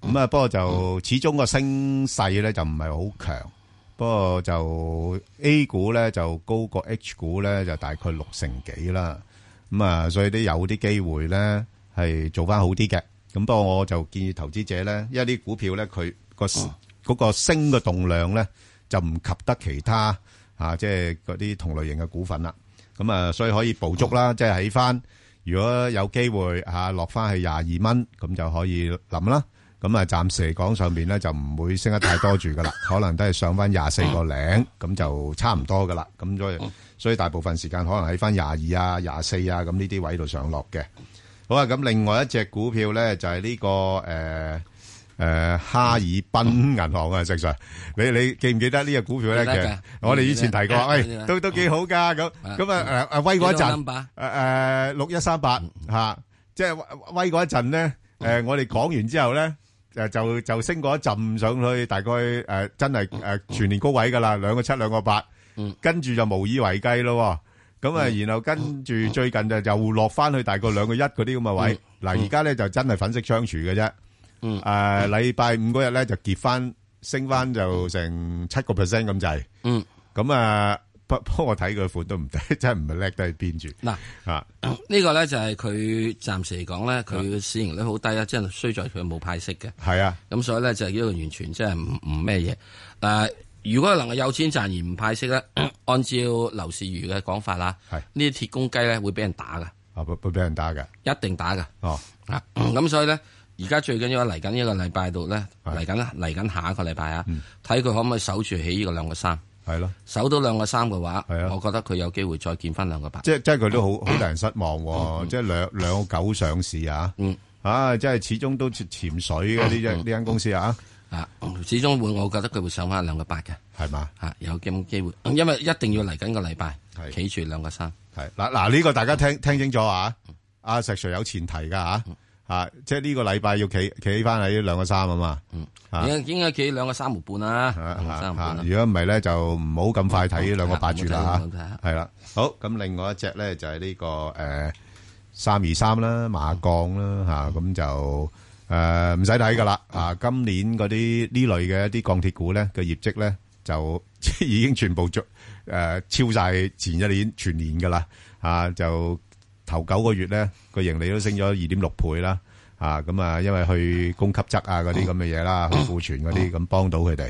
咁啊，不過就始終個升勢咧就唔係好強。不過就 A 股咧就高過 H 股咧就大概六成幾啦，咁啊，所以都有啲機會咧係做翻好啲嘅。咁不過我就建議投資者咧，因為啲股票咧佢個嗰個升嘅動量咧就唔及得其他啊，即係嗰啲同類型嘅股份啦。咁啊，所以可以捕捉啦，即係喺翻。如果有機會啊落翻去廿二蚊，咁就可以諗啦。咁啊，暫時嚟講上邊咧就唔會升得太多住噶啦，可能都係上翻廿四個零，咁就差唔多噶啦。咁所以所以大部分時間可能喺翻廿二啊、廿四啊咁呢啲位度上落嘅。好啊，咁另外一隻股票咧就係、呢、個誒誒、呃哈爾濱銀行啊，石 Sir，你你記唔記得呢只股票咧？記其得㗎嗯實我哋以前提過，記得喂，㗎都都幾好噶咁咁啊誒誒威嗰一幾多陣 number？。诶诶六一三八吓，即系威嗰一陣咧，诶我哋講完之後咧，诶就就升過一陣上去，大概诶真係诶全年高位噶啦，兩個七兩個八，跟住就無以為繼咯喎。咁啊，然後跟住最近就又落翻去大概兩個一嗰啲咁嘅位。嗱，而家咧就真係粉色窗柱嘅啫。嗯诶，啊禮拜五嗰日咧就結翻升翻就成七個 percent 咁滯。嗯，咁啊，不不過我睇佢款都唔低， 真係唔係叻得去邊住。嗱啊。呢個咧就係佢暫時嚟講咧，佢嘅市盈率好低啊，即係衰在佢冇派息嘅。係啊，咁所以咧就係呢個完全即係唔唔咩嘢。但如果能夠有錢賺而唔派息咧， 按照劉士餘嘅講法啦，呢啲鐵公雞咧會俾人打噶，啊會會俾人打嘅，一定打噶。哦，啊， 咁所以咧，而家最緊要嚟緊呢個禮拜度咧，嚟緊啊嚟緊下一個禮拜啊，睇佢可唔可以守住起呢個兩個三。嗯係咯，啊守到兩個三嘅話，我覺得佢有機會再見翻兩個八。即係即係佢都嗯好好令人失望喎，即係兩兩個九上市啊，嗯啊，即係始終都潛潛水嘅呢只呢間公司啊，啊，始終會，我覺得佢會上翻兩個八嘅，係嘛？嚇有咁機會，嗯因為一定要嚟緊個禮拜，企住兩個三。係嗱嗱呢個大家嗯聽聽清楚啊，阿石 Sir 有前提㗎吓，啊，即係呢個禮拜要企企翻喺兩個三啊嘛，嗯啊應應該企兩個三毫半啦，兩個三毫半啊啦。如果唔係咧就唔好咁快睇兩個八住唔好睇啦唔好睇呃吓，係啦，好咁另外一隻咧就係呢個誒三二三啦、馬鋼啦嚇，咁就誒唔使睇噶啦啊！今年嗰啲呢類嘅一啲鋼鐵股咧嘅業績咧，就 已經全部做誒、呃超晒前一年全年噶啦啊！就頭九個月咧個盈利都升咗二點六倍啦啊！咁啊，因為去供給側啊嗰啲咁嘅嘢啦，去庫存嗰啲咁幫到佢哋。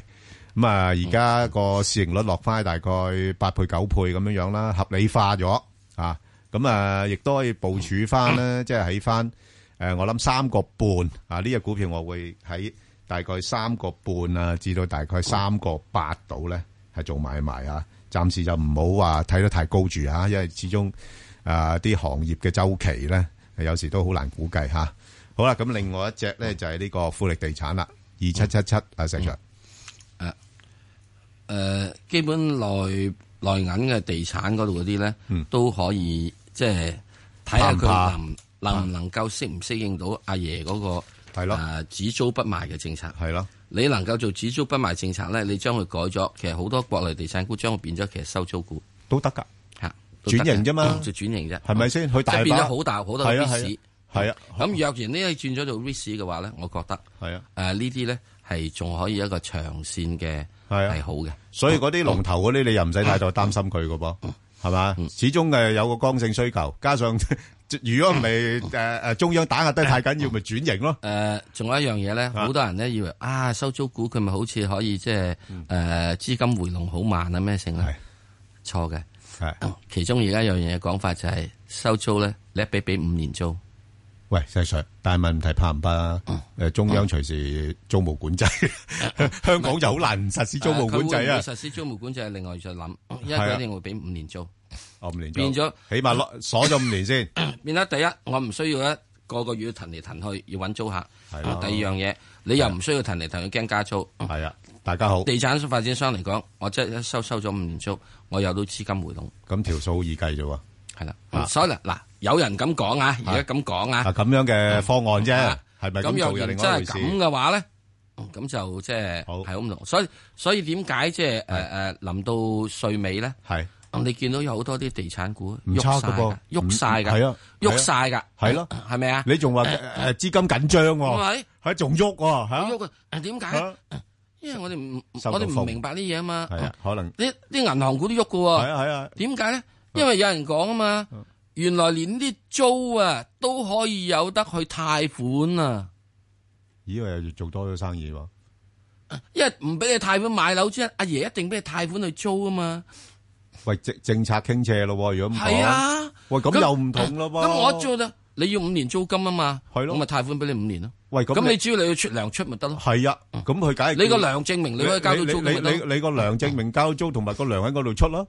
咁啊，而家個市盈率落翻大概八倍九倍咁樣樣啦，合理化咗啊。咁啊，亦都可以部署翻咧，即係喺翻誒，我諗三個半啊，呢只股票我會喺大概三個半啊，至到大概三個八度咧，係做買賣啊。暫時就唔好話睇得太高住啊，因為始終啊啲行業嘅周期咧，有時都好難估計嚇。好啦，咁另外一隻咧就係呢個富力地產啦，二七七七啊，石 Sir。誒、基本內內銀嘅地產嗰度嗰啲咧，嗯都可以即係睇下佢能啊能唔能夠適唔適應到阿爺嗰、個係咯只租不賣嘅政策係咯。你能夠做只租不賣政策咧，你將佢改咗，其實好多國內地產股將佢變咗其實收租股都得㗎，嚇都得㗎哦轉型啫嘛，就轉型啫，哦係咪先？佢即大把係變咗好大好多係 r 啊 i 係啊，咁若然呢轉咗做 r i s 嘅話咧，我覺得係啊，誒呢啲咧係仲可以一個長線嘅係啊，係好嘅。所以嗰啲龍頭嗰啲你又唔使太多擔心佢㗎噃，係嘛？始終係有個剛性需求，加上 如果唔係，誒，誒，中央打壓得太緊要，咪轉型咯。仲有一樣嘢咧，好多人咧以為啊收租股佢咪好似可以即係嗯誒資金回籠好慢啊咩成咧，錯嘅。其中而家有樣嘢講法就係收租咧，你一俾俾五年租，喂，石Sir，但係問題怕唔怕，誒，中央隨時租務管制？ 香港就好難實施租務管制誒佢會啊。唔會實施租務管制係另外再諗，因為係啊佢一定會俾五年租。哦，五年咗。變咗-起碼攞-鎖咗五年先。 變得第一，我唔需要一個個月騰嚟騰去，要揾租客。第係咯二樣嘢，你又唔需要騰嚟騰去驚加租。係啊，大家好。地產發展商嚟講，我即係一收收咗五年租，我有到資金回籠。咁條數好易計啫喎。啊。所以嗱嗱，有人咁講啊，而家咁講啊，啊，咁樣嘅方案啫，啊，係咪咁咁做若又然另真係外一回事。咁嘅話咧，咁就即係係好唔同。所以所以點解即係誒誒臨到歲尾咧？係你見到有好多啲地產股唔喐差晒㗎噃㗎，喐晒㗎，嗯係啊係啊喐晒㗎，係咯係咪啊？你仲話，誒，資金緊張喎，係咪？係，仲喐喎，嚇？喐啊！點解？因為我哋唔收到我哋風唔明白呢嘢啊嘛。係啊，可能啲啲銀行股都喐嘅喎。係啊係啊。嗯點解咧？因為有人講啊嘛，原來連啲租啊都可以有得去貸款啊，咦，我又做多咗生意喎。因為唔俾你貸款買樓之後，阿爺一定俾你貸款去租啊嘛。喂，政-政策傾斜咯喎，如果咁講。係啊，喂，咁又唔同咯噃。咁我租啦，你要五年租金啊嘛。係咯咁咪貸款俾你五年咯。喂，咁咁你-你只要你要出糧出咪得咯。係啊，咁佢梗係你個叫-糧證明你可以交到你-租你-咁咪得咯你-你個糧證明交租同埋個糧喺嗰度出咯。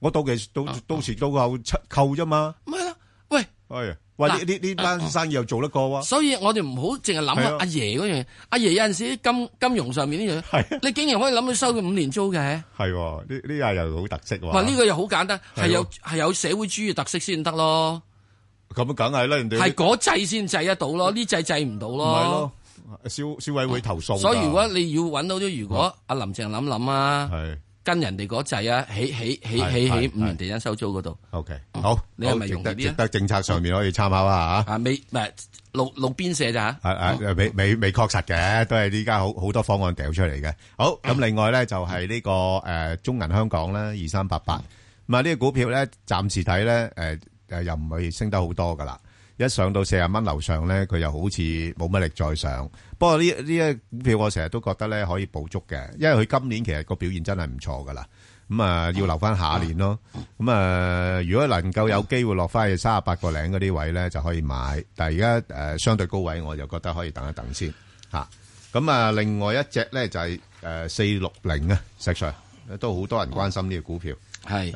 我到期到-到時到後出-扣啫嘛。係啊，喂，呢-呢-呢單生意又做得過喎。所以我哋唔好淨係諗啊係啊啊阿爺嗰樣嘢，阿爺有陣時啲金金融上面呢樣嘢，你竟然可以諗到收佢五年租嘅，係喎，呢-呢下又好特色喎。話呢個又好簡單，係咯係有係有社會主義特色先得咯，咁梗係啦，人哋-係嗰制先制得到咯，呢制制唔到咯。唔係咯，消-消委會投訴㗎。所以如果你要揾到啲，如果阿林鄭諗諗啊，跟人哋嗰制啊，起起起係起係起五年地產收租嗰度， OK，好，你係好，咪值容易得-啲啊？值得政策上面可以參考一下啊。路路邊寫咋？啊，啊，未-未-未確實嘅，都係呢家好-好多方案掉出嚟嘅。好，咁另外呢，就係呢個，誒，中銀香港啦，2388咁啊，呢個股票呢，暫時睇呢，誒，誒，又唔係升得好多㗎啦。一上到40蚊樓上呢，佢又好似冇乜力再上。不過呢-呢一股票我成日都覺得呢，可以捕捉嘅，因為佢今年其實個表現真係唔錯㗎啦。咁啊，要留返下年咯。咁啊、如果能夠有機會落翻去三十八個零嗰啲位咧，就可以買。但係而家誒相對高位，我就覺得可以等一等先嚇。咁啊，另外一隻咧就係誒四六零啊，石 Sir 都好多人關心呢個股票。係誒、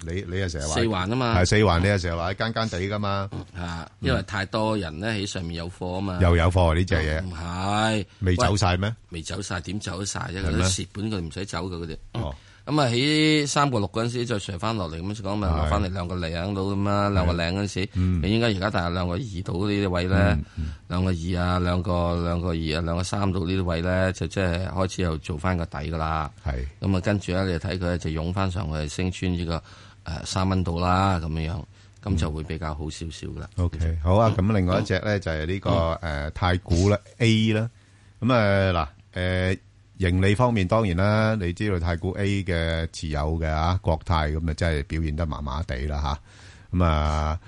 你你又成日話四環啊嘛係四環，你又成日話間間地噶嘛，嚇，因為太多人咧喺上面有貨啊嘛，又有貨啊呢隻嘢唔係未走晒咩？未走晒點走得晒啫？係佢咩都蝕本，佢唔使走嘅嗰啲。哦，咁啊喺三個六嗰陣時再上翻落嚟咁啊樣講，咪落翻嚟兩個零度咁啦，兩個零嗰陣時，嗯你應該而家大概兩個二度呢啲位咧，兩個二啊，兩個兩個二啊，兩個三度呢啲位咧，就即係開始又做翻個底噶啦。係咁啊，跟住咧你就睇佢就湧翻上去，升穿呢個誒三蚊度啦咁樣樣。咁就會比較好少少噶啦。嗯 OK，好啊，咁另外一隻咧就係呢個誒太古啦 A 啦，咁啊嗱誒盈利方面當然啦，你知道太古 A 嘅持有嘅啊國泰咁啊真係表現得麻麻地啦吓，咁啊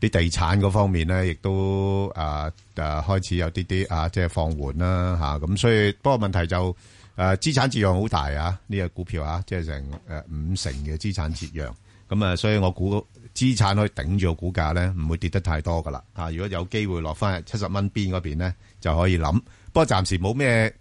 啲地產嗰方面咧亦都啊啊開始有啲啲啊即係放緩啦吓，咁所以不過問題就誒資產折讓好大啊，呢隻股票啊，即係成誒五成嘅資產折讓，咁啊所以我估。資產可以頂住個股價咧，唔會跌得太多噶啦。啊，如果有機會落翻七十蚊邊嗰邊咧，就可以諗。不過暫時冇咩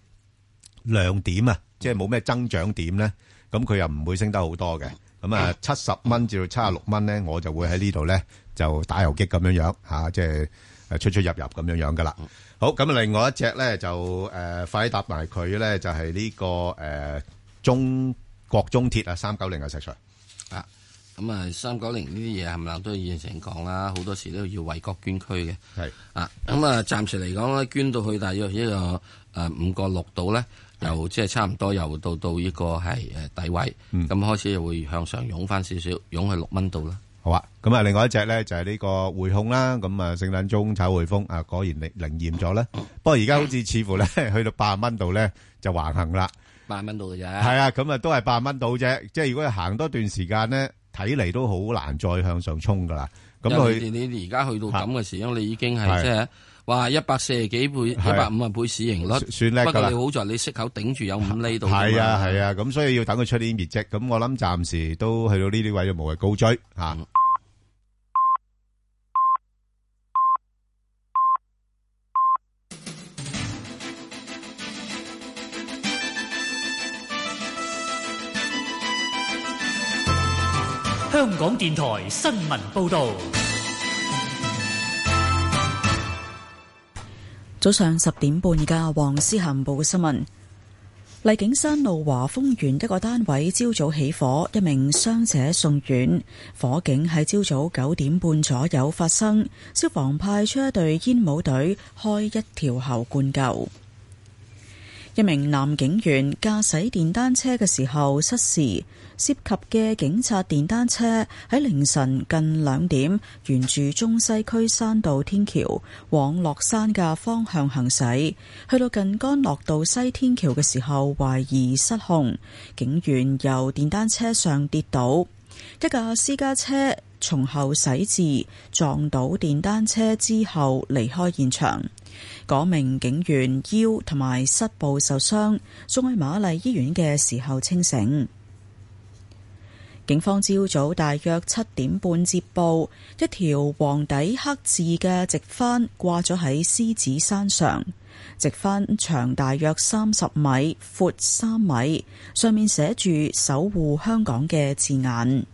亮點啊，即係冇咩增長點咧，咁佢又唔會升得好多嘅。咁啊，七十蚊至到七十六蚊咧，我就會喺呢度咧就打游擊咁樣樣嚇、啊即係誒出出入入咁樣樣噶啦。好，咁啊另外一隻咧就誒、呃快啲搭埋佢咧，就係、呢、個誒、呃中國中鐵啊，三九零啊，石 Sir。啊，咁啊，三九零呢啲嘢冚唪唥都以前講啦，好多時都要為國捐軀嘅。係啊，咁啊，暫時嚟講咧，捐到去大約呢個啊誒五個六度咧，又即係差唔多又到到呢個係誒底位，嗯咁開始又會向上湧翻少少，湧去六蚊度啦。好啊，咁啊，另外一隻咧就係呢個匯控啦，咁啊，聖誕中炒匯豐啊，果然靈靈驗咗啦。不過而家好似似乎咧 去到八蚊度咧就橫行啦。八蚊度嘅啫。係啊，咁啊都係八蚊到啫。即係如果行多段時間咧，睇嚟都好難再向上衝噶啦。咁因為佢你你而家去到咁嘅時，因為你已經係係即係哇一百四十幾倍、一百五啊倍市盈率，算叻㗎啦不過你好在你息口頂住有五厘度㗎嘛。係啊係啊，咁所以要等佢出啲業績。咁我諗暫時都去到呢啲位就無謂高追吓。香港電台新聞報導，早上十點半嘅黃思恒報嘅新聞。荔景山路華豐園一個單位朝早起火，一名傷者送院。火警喺朝早九點半左右發生，消防派出一隊煙帽隊開一條喉灌救。一名男警員駕駛電單車嘅時候失事，涉及嘅警察電單車喺凌晨近兩點沿住中西區山道天橋往落山嘅方向行駛，去到近干諾道西天橋嘅時候懷疑失控，警員由電單車上跌倒，一架私家車從後駛至撞到電單車之後離開現場。嗰名警員腰同埋膝部受傷，送去瑪麗醫院嘅時候清醒。警方朝早大約七點半接報，一條黃底黑字嘅直幡掛咗喺獅子山上。直幡長大約三十米，闊三米，上面寫住「守護香港」嘅字眼。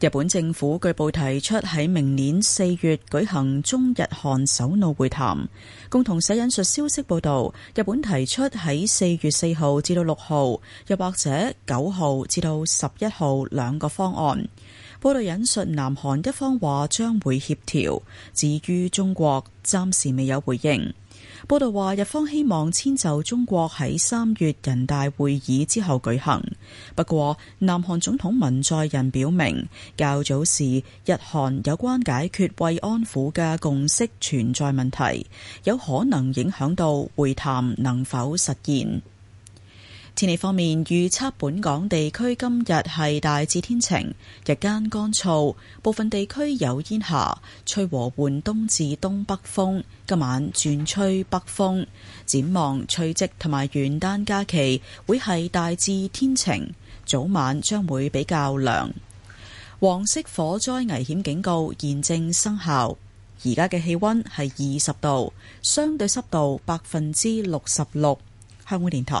日本政府據報提出喺明年四月舉行中日韓首腦會談。共同社引述消息報道，日本提出喺四月四號至到六號，又或者九號至到十一號兩個方案。報道引述南韓一方話將會協調，至於中國暫時未有回應。報道話，日方希望遷就中國喺三月人大會議之後舉行。不過，南韓總統文在寅表明，較早時日韓有關解決慰安婦嘅共識存在問題，有可能影響到會談能否實現。天氣方面，預測本港地區今日係大致天晴，日間乾燥，部分地區有煙霞，吹和緩東至東北風。今晚轉吹北風，展望除夕同埋元旦假期會係大致天晴，早晚將會比較涼。黃色火災危險警告現正生效。而家嘅氣溫係二十度，相對濕度百分之六十六。香港電台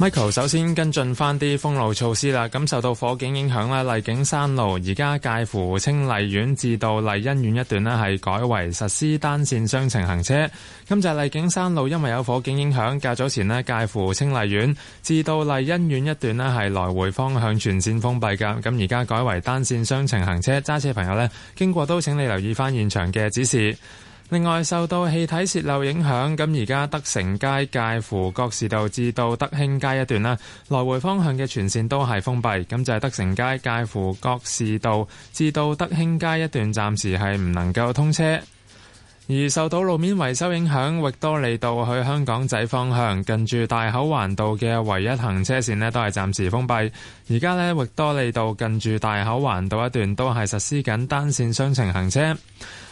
Michael 首先跟進翻啲封路措施啦。咁受到火警影響咧，麗景山路而家介乎清麗苑至到麗欣苑一段呢係改為實施單線雙程行車。咁就係麗景山路因為有火警影響，較早前呢介乎清麗苑至到麗欣苑一段呢係來回方向全線封閉㗎。咁而家改為單線雙程行車，揸車朋友呢經過都請你留意翻現場嘅指示。另外，受到氣體泄漏影響，咁而家德成街介乎各士道至到德興街一段啦，來回方向嘅全線都係封閉。咁就係德成街介乎各士道至到德興街一段，暫時係唔能夠通車。而受到路面維修影響，域多利道去香港仔方向近住大口環道嘅唯一行車線呢都係暫時封閉。而家呢，域多利道近住大口環道一段都係實施緊單線雙程行車。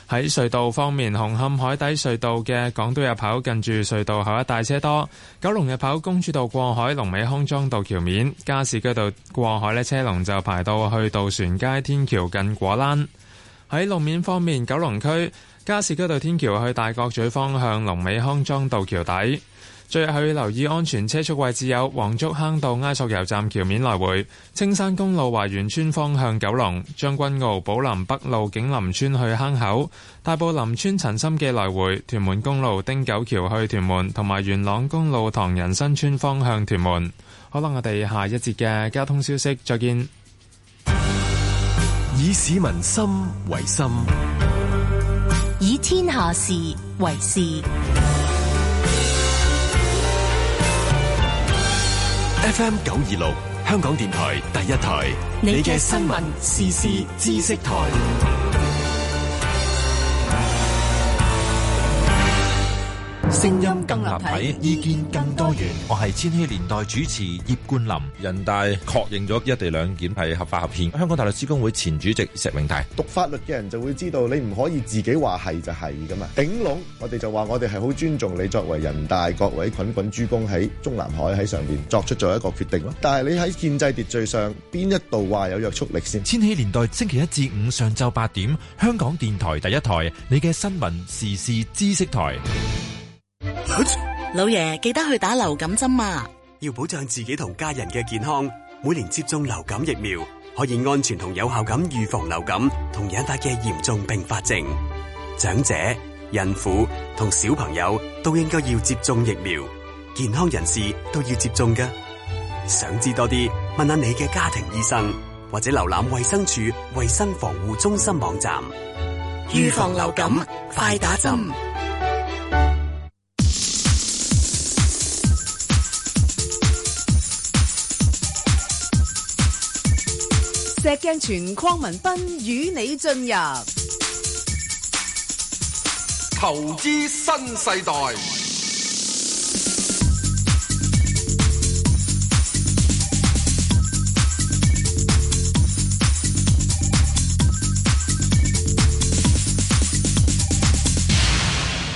喺隧道方面，紅磡海底隧道嘅港島入口近住隧道口一帶車多；九龍入口公主道過海、龍尾康莊道橋面、加士居道過海呢車龍就排到去渡船街天橋近果欄。喺路面方面，九龍區加士居道天橋去大角咀方向，龍尾康莊道橋底。最後要留意安全車速位置有黃竹坑道埃索油站橋面來回、青山公路華園村方向九龍、將軍澳寶林北路景林村去坑口、大埔林村陳心記來回、屯門公路汀九橋去屯門，同埋元朗公路唐人新村方向屯門。好啦，我哋下一節嘅交通消息再見。以市民心為心，以天下事為事。 FM 九二六，香港電台第一台，你你嘅嘅新新聞聞時事知識台。聲音更立體，意見更多元。我係千禧年代主持葉冠霖。人大確認咗一地兩檢係合法合憲。香港大律師公會前主席石永泰，讀法律嘅人就會知道，你唔可以自己話係就係噶嘛。頂籠我哋就話我哋係好尊重你作為人大各位滾滾諸公喺中南海喺上面作出咗一個決定咯。但係你喺建制秩序上邊一度話有約束力先？千禧年代星期一至五上晝八點，香港電台第一台，你嘅新聞時事知識台。老爺記得去打流感針啊！要保障自己同家人嘅健康，每年接種流感疫苗可以安全同有效咁預防流感同引發嘅嚴重併發症。長者、孕婦同小朋友都應該要接種疫苗，健康人士都要接種㗎。想知多啲，問下你嘅家庭醫生，或者瀏覽衛生署衛生防護中心網站。預防流感，快打針！石鏡泉鄺民彬與你進入投資新世代，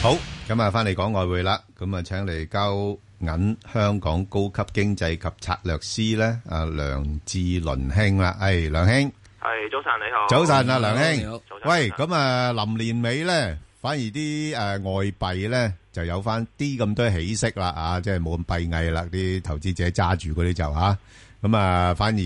好，咁啊，翻嚟講外匯啦，咁啊，請嚟交銀香港高級經濟及策略師咧，阿梁志倫兄啦，誒，梁兄，係早晨，你好。早晨啊，梁你好兄早，晨喂，咁啊，臨年尾咧，反而啲誒外幣咧就有翻啲咁多起色啦，啊，即係冇咁閉翳啦，啲投資者揸住嗰啲就吓，咁啊，反而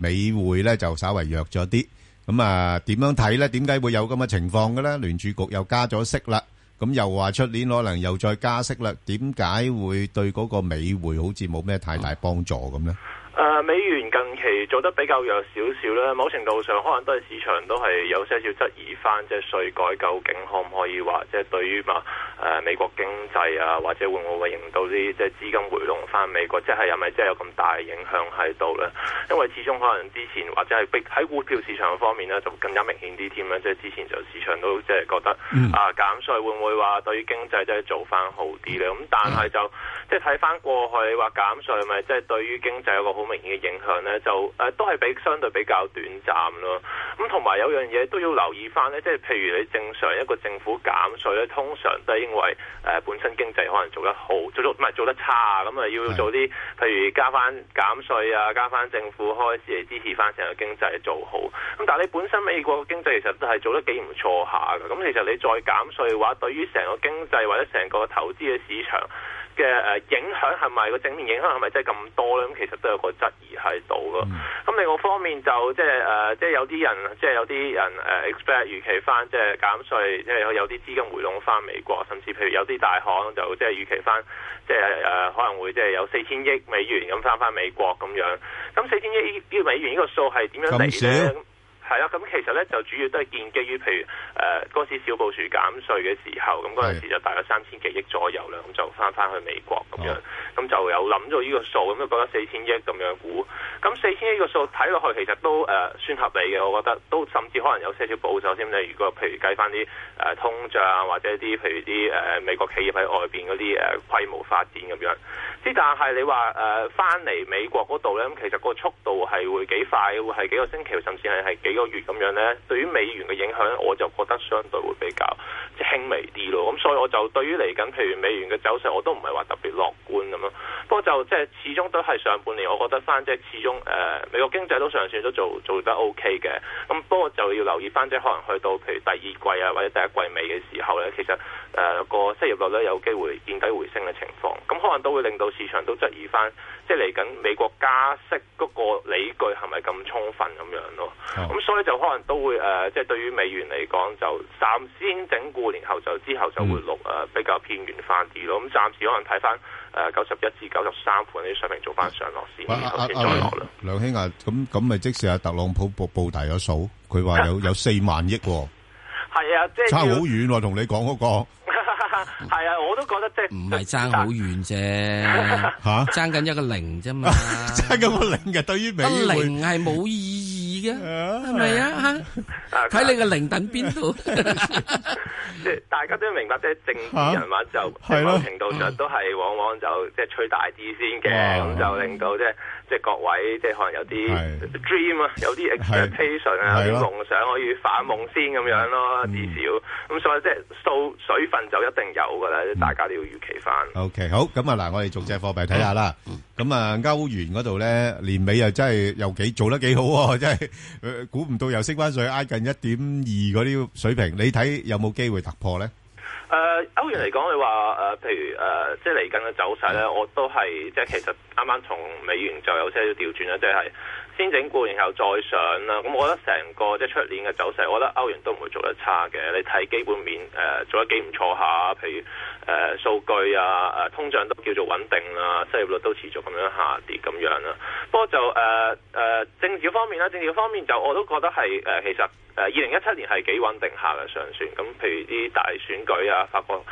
美匯咧就稍為弱咗啲，咁啊，點樣睇咧？點解會有咁嘅情況嘅咧？聯儲局又加咗息啦，咁又話出年可能又再加息啦，點解會對嗰個美匯好似冇咩太大幫助咁咧？誒、呃美元近期做得比較弱少少咧，某程度上可能都係市場都係有些少質疑翻，即係稅改究竟可唔可以話，即係對於嘛誒、美國經濟啊，或者會唔會令到啲即係資金回籠翻美國，即係係咪真係有咁大嘅影響喺度咧？因為始終可能之前或者係逼喺股票市場方面咧，就更加明顯啲添啦，即係之前就市場都即係覺得、嗯啊減稅會唔會話對於經濟即係做翻好啲咧？咁但係就即係睇翻過去話減稅係咪即係對於經濟有個好明顯嘅影響咧，就誒、呃都係比相對比較短暫咯。咁同埋有樣嘢都要留意翻咧，即係譬如你正常一個政府減稅咧，通常都係因為誒、呃本身經濟可能做得好，做得唔係做得差啊，咁啊要做啲譬如加翻減稅啊，加翻政府開支嚟支持翻成個經濟做好。咁但係你本身美國嘅經濟其實都係做得幾唔錯下嘅，咁其實你再減稅嘅話，對於成個經濟或者成個投資嘅市場。嘅誒影響係咪個正面影響係咪真係咁多咧？咁其實都有個質疑喺嗯度咯。咁、另外方面就即係誒，即係有啲人即係有啲人誒 expect 預期翻即係減稅，即係有啲資金回籠翻美國，甚至譬如有啲大行就即係預期翻即係誒可能會即係有四千億美元咁翻翻美國咁樣。咁四千億呢呢美元呢個數係點樣嚟咁咧少？係係啊啦，咁其實咧就主要都係建基於譬如誒嗰、時小布殊減税嘅時候，咁嗰陣時就大概三千幾億左右啦，咁就翻翻去美國咁樣，咁、就有諗咗呢個數，咁就覺得四千億咁樣估，咁四千億個數睇落去其實都誒、呃算合理嘅，我覺得都甚至可能有些少保守添。你如果譬如計翻啲誒通脹啊，或者啲譬如啲誒、呃美國企業喺外邊嗰啲誒規模發展咁樣。之但係你話誒翻嚟美國嗰度咧，咁其實個速度係會幾快，會係幾個星期，甚至係係幾個月咁樣咧。對於美元嘅影響，我就覺得相對會比較即係輕微啲咯。咁所以我就對於嚟緊譬如美元嘅走勢，我都唔係話特別樂觀咁咯。不過就即係始終都係上半年，我覺得翻即係始終誒、呃美國經濟都尚算都做做得 OK 嘅。咁不過就要留意翻即係可能去到譬如第二季啊或者第一季尾嘅時候咧，其實誒、呃個失業率咧有機會見底回升嘅情況。咁可能都會令到市場都質疑翻，即係嚟緊美國加息嗰個理據係咪咁充分咁樣咯？哦咁、所以就可能都會誒、呃即係對於美元嚟講就暫先整固，然後就之後嗯就會落誒、呃比較偏軟翻啲咯。咁暫時可能睇翻誒九十一至九十三盤呢啲水平做翻上落市，喂，然後阿-先阿-再落阿梁-梁兄啊，咁-咁咪即使阿特朗普報- 報大咗數，佢話有-有40,000億喎，係啊，即係要差好遠喎，同你講嗰個。係啊，我都覺得即係唔係爭好遠啫，吓爭緊一個零啫嘛， 爭緊個零嘅，對於美匯零係冇意義嘅，係咪啊？嚇睇你個零等邊度？即係 大家都明白，即係政治人物就嚇係咯某程度上都係往往就即係吹大啲先嘅，哇咁就令到即係即係各位即係可能有啲 dream 啊，有啲 expectation 啊，係有啲咯夢想可以反夢先咁樣咯，至少咁所以即係數水分就一定有㗎啦，大家都要預期翻。 OK，好，咁啊，嗱，我哋逐隻貨幣睇下啦。咁啊，歐元嗰度呢，年尾又真係又幾- 做得幾好喎，真係，呃，估唔到又升返上挨近1.2嗰啲水平，你睇有冇機會突破呢？誒、呃歐元嚟講，你話誒、譬如誒、即係嚟緊嘅走勢咧，我都係即係其實啱啱同美元就有些少調轉啦，即係先整固，然後再上啦。咁我覺得成個即係出年嘅走勢，我覺得歐元都唔會做得差嘅。你睇基本面誒、呃做得幾唔錯下，譬如誒、數據啊，誒、通脹都叫做穩定啦，失業率都持續咁樣下跌咁樣啦。不過就誒誒、政治方面啦，政治方面就我都覺得係誒、呃其實誒二零一七年係幾穩定下嘅上選，咁譬如啲大選舉啊、法國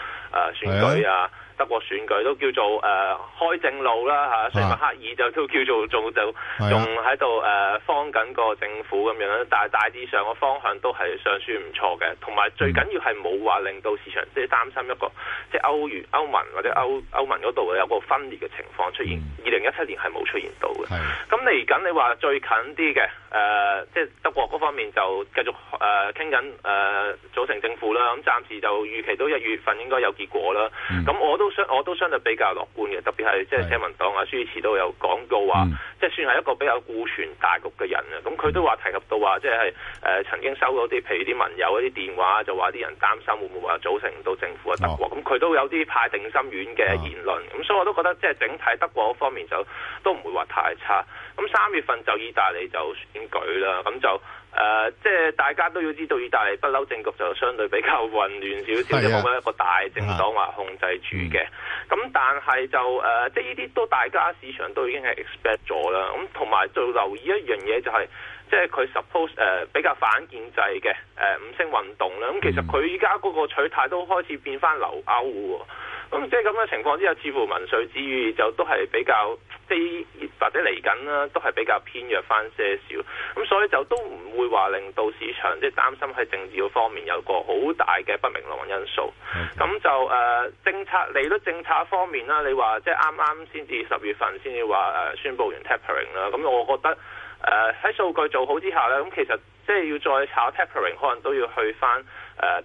誒、選舉啊。德國選舉都叫做誒、呃開正路啦嚇，雖然默克爾就都叫做做就啊係啊仲喺度誒方緊個政府咁樣啦，但係大致上個方向都係尚算唔錯嘅，同埋最緊要係冇話令到市場即係擔心一個即係歐元、歐盟或者歐歐盟嗰度有個分裂嘅情況出現。二零一七嗯年係冇出現到嘅。咁嚟緊你話最近啲嘅誒，即係德國嗰方面就繼續誒傾緊誒組成政府啦。咁暫時就預期到一月份應該有結果啦。咁、我都相我都相對比較樂觀嘅，特別係即嗯係社民黨啊、舒爾茨都有講到話，嗯即係算係一個比較顧全大局嘅人啊。咁佢都話提及到話，即係誒曾經收到啲譬如啲盟友一啲電話，就話啲人擔心會唔會話組成唔到政府啊德哦國。咁佢、都有啲派定心丸嘅言論。咁、所以我都覺得即係整體德國嗰方面就都唔會話太差。咁三月份就意大利就選舉啦，咁就。誒、即係大家都要知道，意大利不嬲政局就相對比較混亂少少，係啊嗯即係冇乜一個大政黨話控制住嘅。咁、但係就誒、即係呢啲都大家市場都已經係 expect 咗啦。咁同埋就留意一樣嘢就係、即係佢 suppose 誒、比較反建制嘅誒、呃五星運動啦，咁其實佢依家嗰個取態都開始變翻留歐喎。咁即係咁嘅情況之下，似乎民粹之語就都係比較即係或者嚟緊啦，都係比較偏弱翻些少。咁所以就都唔會話令到市場即係擔心喺政治嗰方面有個好大嘅不明朗嘅因素。咁就誒、呃政策利率政策方面啦，你話即係啱啱先至十月份先至話誒宣布完 tapering 啦，咁我覺得。誒呃喺、數據做好之下咧，咁其實即係要再炒 tapering，可能都要去翻誒、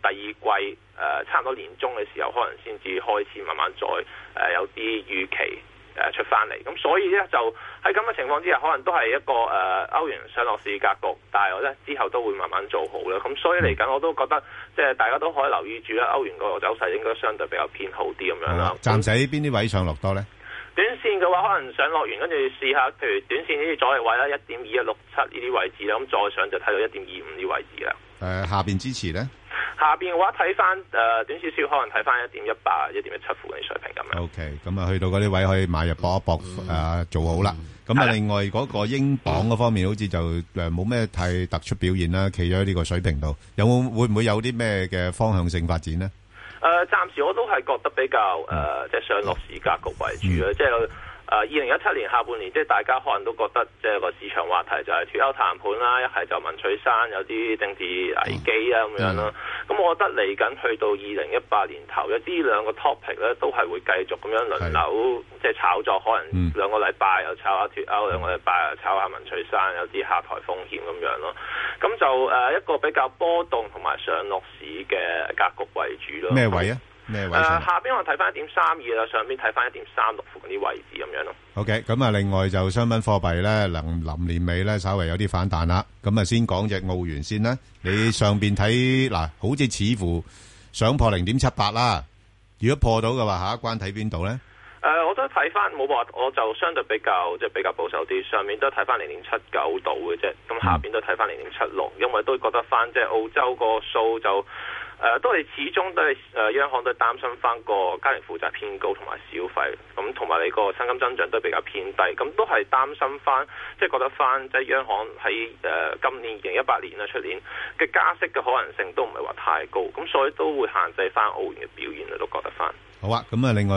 第二季誒、差唔多年中嘅時候，可能先至開始慢慢再誒、有啲預期。誒出翻嚟，咁所以咧就喺咁嘅情況之下，可能都係一個誒、歐元上落市格局，但係我咧之後都會慢慢做好啦。咁所以嚟緊我都覺得，即係大家都可以留意住啦，歐元個走勢應該相對比較偏好啲咁樣啦。暫時邊啲位上落多呢？短線嘅話，可能上落完跟住試下，譬如短線呢啲阻力位啦，一點二一六七呢啲位置啦，咁再上就睇到一點二五呢啲位置啦。誒，下邊支持呢？下下邊嘅話睇翻誒短少少，可能睇翻一點一八、一點一七附近水平咁樣。 OK，咁啊，去到嗰啲位可以買入搏一搏，啊，做好啦。咁啊，另外嗰個英鎊嗰方面好似就，誒，冇咩太突出表現啦，企咗喺呢個水平度。有冇-會唔會有啲咩嘅方向性發展呢？誒、呃暫時我都係覺得比較誒、呃即係上落市格局為主啦，啊即係誒二零一七年下半年，即係大家可能都覺得即係個市場話題就係脱歐談判啦，一係就文翠珊有啲政治危機啊咁樣啦。咁、我覺得嚟緊去到二零一八年頭，有呢兩個 topic 咧都係會繼續咁樣輪流即係炒作，可嗯能兩個禮拜又炒下脱歐，兩個禮拜又炒下文翠珊有啲下台風險咁樣咯。咁就誒、呃一個比較波動同埋上落市嘅格局為主咯。咩位啊？咩位誒、上落？下邊我睇翻一點三二啦，上邊睇翻一點三六附近啲位置咁樣咯。 OK，咁啊，另外就商品貨幣呢，臨-臨年尾呢，稍微有啲反彈啦。咁啊，先講隻澳元先啦。你上邊睇，嗱，好似似乎想破0.78啦。如果破到嘅話，下一關睇邊度呢？誒、呃我都睇翻冇話，我就相對比較即係比較保守啲，上面都係睇翻零點七九度嘅啫，咁下邊都睇翻零點七六，因為都覺得翻即係澳洲個數就。誒、都係始終都係誒、呃央行都係擔心翻個家庭負債偏高同埋消費，咁同埋你個薪金增長都比較偏低，咁都係擔心翻，即係覺得翻即係央行喺誒、今年二零一八年啦，啊出年嘅加息嘅可能性都唔係話太高，咁所以都會限制翻澳元嘅表現啦，都覺得翻。好啊，咁啊，另外，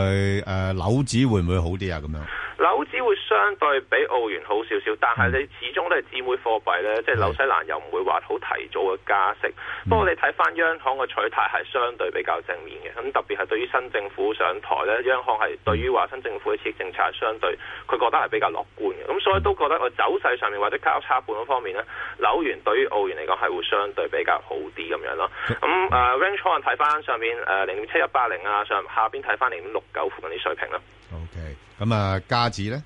誒，樓指會唔會好啲啊？咁樣。樓指會相對比澳元好少少，但係你始終都係姊妹貨幣咧，即係紐西蘭又唔會話好提早嘅加息。不過你睇翻央行嘅取態係相對比較正面嘅，咁特別係對於新政府上台咧，央行係對於話新政府嘅刺激政策係相對佢覺得係比較樂觀嘅，咁所以都覺得個走勢上面或者交叉盤嗰方面咧，紐元對於澳元嚟講係會相對比較好啲咁樣咯。咁誒 range 可能睇翻上面誒零點七一八零啊，上下邊睇翻零點六九附近啲水平啦。咁啊，加指呢？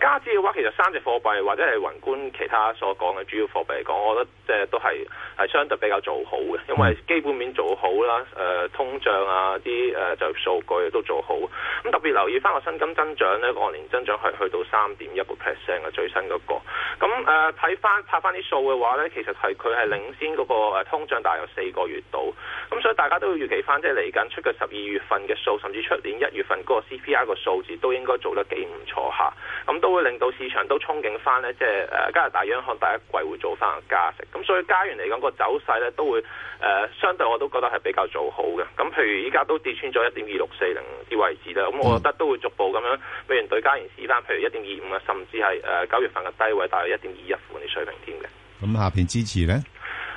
加指嘅話，其實三隻貨幣或者係宏觀其他所講嘅主要貨幣嚟講，我覺得即係都係係相對比較做好嘅，因為基本面做好啦，誒、通脹啊啲誒、就業數據都做好。咁特別留意翻個薪金增長咧，按年增長係去到三點一個 percent 嘅最新嗰、個。咁誒睇翻拍翻啲數嘅話咧，其實係佢係領先嗰個誒通脹大約四個月度。咁所以大家都要預期翻，即係嚟緊出嘅十二月份嘅數，甚至出年一月份嗰個 CPI 個數字都應該做得幾唔錯下。咁都會令到市場都憧憬翻咧，即係誒加拿大央行第一季會做翻個加息，咁所以加元嚟講個走勢咧都會誒、呃相對我都覺得係比較做好嘅。咁譬如依家都跌穿咗一點二六四零啲位置啦，咁我覺得都會逐步咁樣美元對加元試翻，譬如一點二五啊，甚至係誒九月份嘅低位大約一點二一附近啲水平添嘅。咁下邊支持呢？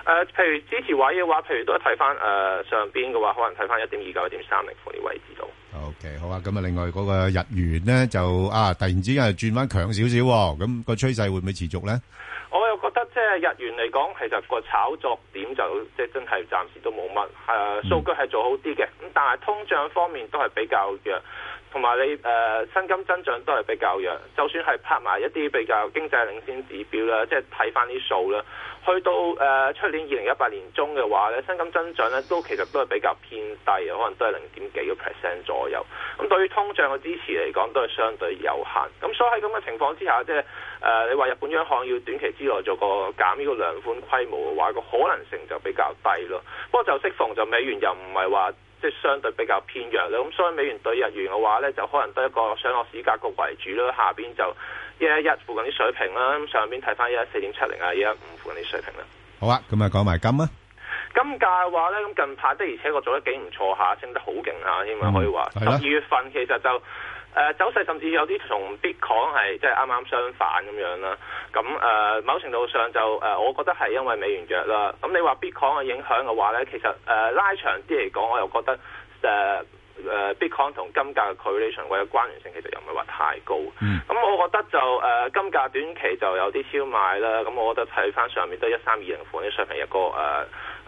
誒、譬如支持位嘅話，譬如都係睇翻誒上邊嘅話，可能睇翻一點二九、一點三零附近啲位置度。 OK，好啊，咁啊，另外嗰個日元呢，就，啊，突然之間又轉返強少少喎，咁個趨勢會唔會持續呢？我又覺得即係日元嚟講，其實個炒作點就即係真係暫時都冇乜，誒、數據係做好啲嘅，咁但係通脹方面都係比較弱，同埋你誒、呃薪金增長都係比較弱，就算係拍埋一啲比較經濟領先指標啦，即係睇翻啲數啦，去到誒出、年二零一八年中嘅話咧，薪金增長咧都其實都係比較偏低，啊可能都係零點幾個 percent 左右。咁對於通脹嘅支持嚟講，都係相對有限。咁所以喺咁嘅情況之下，即係誒、呃你話日本央行要短期之內做個減呢個量寬規模嘅話，個可能性就比較低咯。不過就適逢就美元又唔係話。即係相對比較偏弱咧，咁所以美元對日元嘅話咧，就可能得一個上落市格局為主啦。下邊就一一一附近啲水平啦，咁上邊睇翻一一四點七零啊，一一五附近啲水平啦。好啊，咁啊，講埋金啊。金價嘅話咧，咁近排的而且確做得幾唔錯下，升得好勁下，應該可以話。嗯係十啦二月份其實就誒、呃走勢甚至有啲同 Bitcoin 係即係啱啱相反咁樣啦。咁誒、呃某程度上就誒、呃我覺得係因為美元弱啦。咁你話 Bitcoin 嘅影響嘅話咧，其實誒、呃拉長啲嚟講，我又覺得誒。呃誒、Bitcoin 同金價嘅 correlation 或者關聯性其實又唔係話太高，咁、嗯我覺得就誒、呃金價短期就有啲超賣啦，咁我覺得睇呃翻上面都一三二零款啲水平有個誒誒、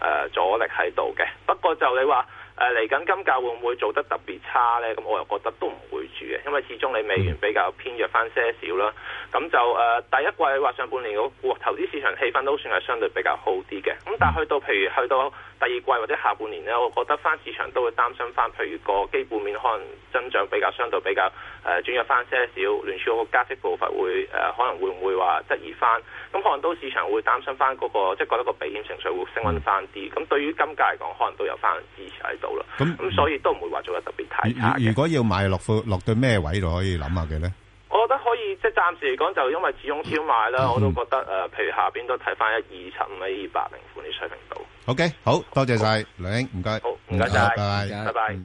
呃阻力喺度嘅，不過就你話誒、誒嚟緊金價會唔會做得特別差呢？咁我又覺得都唔會住嘅，因為始終你美元比較偏弱翻些少啦。咁就誒、呃第一季或上半年嗰個投資市場氣氛都算係相對比較好啲嘅。咁但係去到譬如去到呃第二季或者下半年呢，我覺得翻市場都會擔心翻，譬如個基本面可能增長比較相對比較誒轉弱翻些少，聯儲嗰個加息步伐會誒、呃可能會唔會話質疑翻？咁可能都市場會擔心翻嗰、個，即係覺得個避險情緒會升溫翻啲。咁對於金價嚟講，可能都有翻支持喺度啦。咁咁所以都唔會話做得特別太如-差如-如果要買，落到-落到咩位度可以諗下佢呢？我覺得可以，即係暫時嚟講，就因為始終超賣嗯啦，我都覺得誒、呃譬如下邊都睇翻一二七五、一二八零款啲水平度。 OK，好，多謝晒，梁英，唔該。唔該晒，嗯，好，拜拜。拜拜。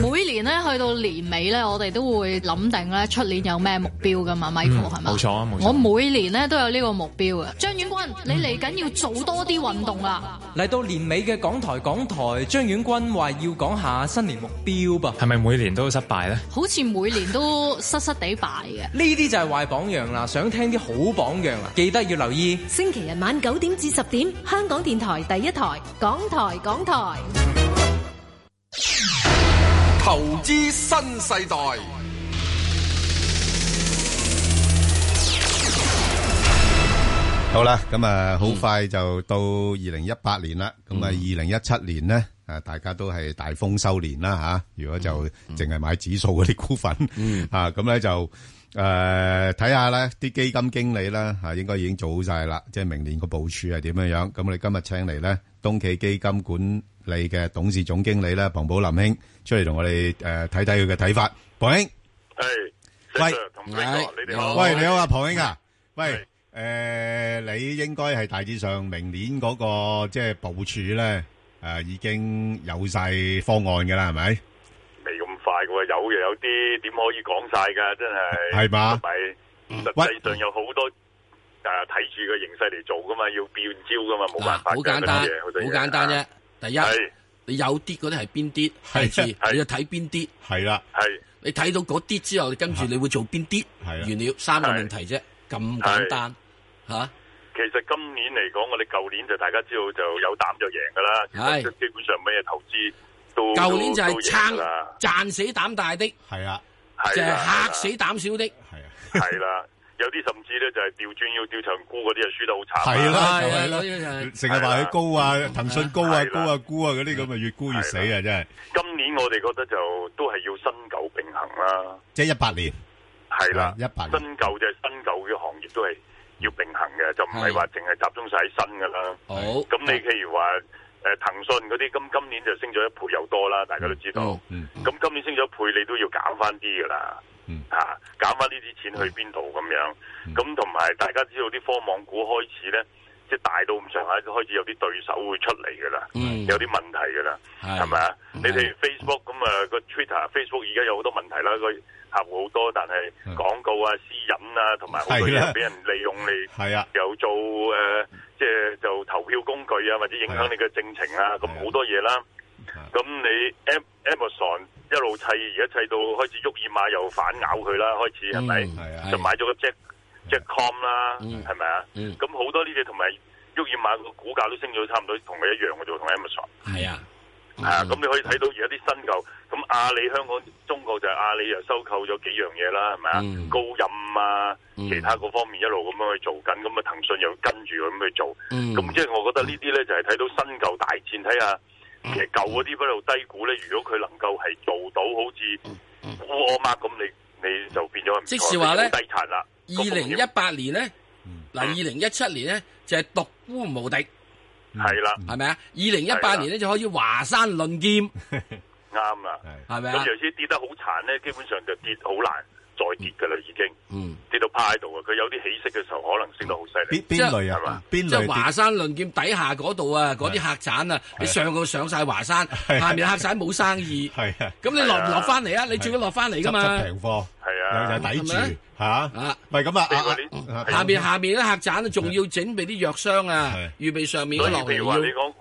每年咧去到年尾咧，我哋都會諗定咧出年有咩目標噶嘛，Michael 係嘛、冇錯啊，冇錯。我每年咧都有呢個目標嘅。張遠君，你嚟緊要做多啲運動啦。嚟到年尾嘅港台港台，張遠君話要講下新年目標噃。係咪每年都失敗呢？好似每年都失失地敗嘅。呢啲就係壞榜樣啦，想聽啲好榜樣啊！記得要留意。星期日晚九點至十點，香港電台第一台，港台港台。投資新世代，好啦，咁啊，好快就到2018年啦，咁啊，2017年呢，啊，大家都係大豐收年啦，吓，如果就淨係買指數嗰啲股份，啊，咁呢，就，誒，睇下啦，啲基金經理啦，啊，應該已經做好晒啦，即係明年個部署係點樣樣，咁我哋今日請嚟呢，東企基金管理嘅董事總經理啦，龐寶林兄出嚟同我哋，誒，睇睇佢嘅睇法。寶兄， 係，喂，石Sir，同你講。喂，你好啊，龐兄啊。喂，诶、你應該係大致上明年嗰、個即係部署咧，诶、已經有晒方案㗎啦，係咪？未咁快嘅喎，有嘅有啲點可以講晒㗎，真係係嘛咪嗯實際上有好多誒睇住個形勢嚟做㗎嘛，要變招㗎嘛，冇辦法啊好㗎簡單，嗰啲嘢好簡單啫。第一係，你有啲嗰啲係邊啲，係第二你要睇邊啲，係啦，係你睇到嗰啲之後，你跟住你會做邊啲，完了三個問題啫，咁簡單嚇。其實今年嚟講，我哋舊年就大家知道就有膽就贏㗎啦，其實基本上咩投資都舊年就係都都贏㗎撐啦賺死膽大的，係啊，就係係啦嚇死膽小的，係啦，有啲甚至咧就係調轉要調長沽嗰啲，就輸得好慘。係啦，係啊係啦嗰啲係，成日話佢高啊，騰訊高啊，高啊，沽啊，嗰啲咁啊，越沽越死啊，真係。今年我哋覺得就都係要新舊並行啦，即係一八年，係啦，一八新舊就係新舊嘅行業都係要並行嘅，就唔係話淨係集中晒喺新噶啦。好，咁你譬如話誒騰訊嗰啲，咁今年就升咗一倍又多啦，大家都知道。嗯咁今年升咗一倍，你都要減翻啲噶啦。嚇、減翻呢啲錢去邊度咁樣？咁同埋大家知道啲科網股開始咧，即係大到咁上下，開始有啲對手會出嚟噶啦，嗯有啲問題噶啦，係係咪啊？你嗯哋 Facebook 咁啊個 Twitter、Facebook 而家有好多問題啦，個客戶好多，但係廣告啊、私隱啊，同埋好多嗯係啦嘢俾人利用你，係啊，又做誒、呃即係就投票工具啊，或者影響你嘅政情啊，咁好多嘢啦。咁你 Am- Amazon 一路砌，而家砌到開始沃爾瑪又反咬佢啦，開始係咪嗯係啊？就買咗個 Jack Jackcom 啦，係咪啊？嗯咁好多呢啲同埋沃爾瑪個股價都升咗差唔多，同佢一樣嘅啫，同 Amazon。係啊。嗯啊，咁你可以睇到而家啲新舊，咁阿里香港、中國就係阿里又收購咗幾樣嘢啦，係咪啊？嗯高任啊，其他嗰方面一路咁樣去做緊，咁啊騰訊又跟住咁去做，嗯咁即係我覺得呢啲咧就係睇到新舊大戰，睇下嗯其實舊嗰啲不度低估咧，如果佢能夠係做到好似烏我媽咁，你你就變咗係唔錯嗯即是話呢你就低殘啦。二零一八年咧，嗱二零一七年咧就係獨孤無敵，係啦，係咪啊？二零一八年咧就可以華山論劍，啱啦，係咪啊咁？尤其跌得好殘咧，基本上就跌好難再跌㗎啦，已經。嗯。跌到趴喺度啊！佢有啲起色嘅時候，可能升到好犀利。 邊邊類啊係嘛？即係華山論劍底下嗰度啊，嗰啲客棧啊，你上個上晒 華山，下面客棧冇生意，咁你落唔落翻嚟啊？你最緊落翻嚟噶嘛？執-執平貨，有隻抵住，係咪？嚇。喂，咁啊，啊，啊，下面下面啲客棧啊，仲要整備啲藥箱啊，預備上面所嗰以落譬如話，嚟你要。講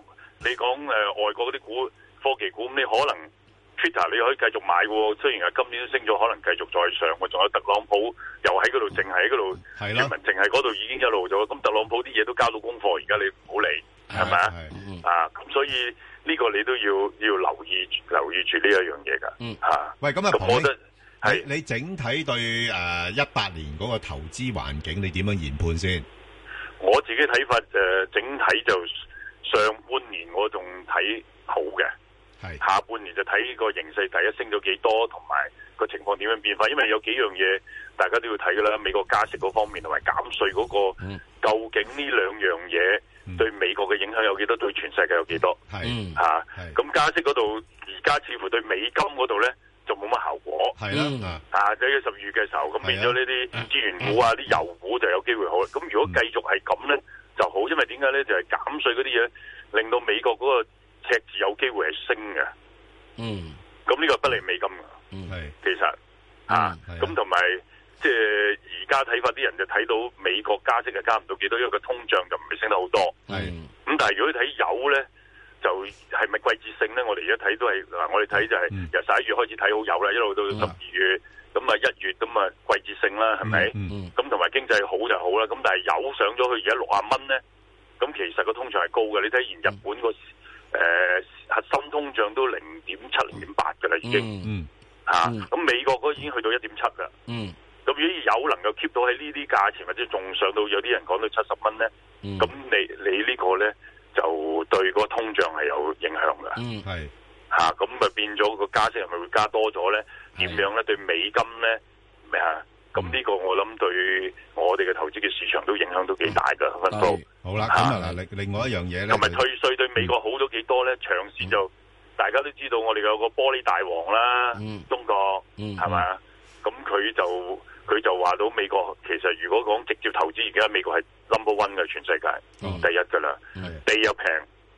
你講誒、呃外國嗰啲股科技股，咁你可能 Twitter 你可以繼續買喎。雖然係今年都升咗，可能繼續再上喎。仲有特朗普又喺嗰度，淨係喺嗰度，係啦，淨係嗰度已經一路咗。咁特朗普啲嘢都交到功課，而家你唔好理。係咪啊？啊，咁所以呢個你都要要留意留意住呢一樣嘢㗎。嗯嚇，喂，咁啊，咁彭我兄覺得你你整體對诶一八年嗰個投資環境，你點樣研判先？我自己睇法誒、呃整體就上半年我仲睇好嘅，係下半年就睇個形勢，第一升咗幾多，同埋個情況點樣變化，因為有幾樣嘢大家都要睇㗎啦，美國加息嗰方面同埋減税嗰、個，嗯究竟呢兩樣嘢對美國嘅影響有幾多，對全世界有幾多？嗯係嚇，咁、加息嗰度而家似乎對美金嗰度咧就冇乜效果。係啦，啊，即係十二月嘅時候，咁變咗呢啲資源股啊、啲油股就有機會好啦。咁如果繼續係咁咧，就好，因為點解咧？就係、減税嗰啲嘢，令到美國嗰個赤字有機會係升嘅。嗯，咁呢個不利美金㗎，係其實啊，咁同埋即係而家睇法啲人就睇到美國加息係加唔到幾多，因為個通脹就唔係升得好多。係咁但係如果你睇油咧，就係咪季節性咧？我哋而家睇都係嗱，我哋睇就嗯係由十一月開始睇好油啦，一路到十二月，咁啊一月咁啊季節性啦，係咪？嗯咁同埋經濟好就好啦。咁但係油上咗去而家六啊蚊咧，咁其實個通脹係高嘅。你睇完日本個誒、嗯核心通脹都零點七、零點八嘅啦，已經嗯嚇。咁、美國嗰已經去到一點七啦。嗯咁如果油能夠 keep 到喺呢啲價錢，或者仲上到有啲人講到七十蚊咧，咁、你你呢個咧就對個通脹係有影響嘅嗯係嚇，咁咪、變咗個加息係咪會加多咗咧？點樣咧對美金咧咩啊？咁呢個我諗對我哋嘅投資嘅市場都影響都幾大㗎，分到好啦，咁啊嗱，另另外一樣嘢咧，同埋嗯就退税對美國好咗幾多咧？長線就大家都知道，我哋有個玻璃大王啦，中國嗯係嘛？咁佢就佢就話到美國其實如果講直接投資，而家美國係 number one 嘅全世界嗯第一㗎啦，地又平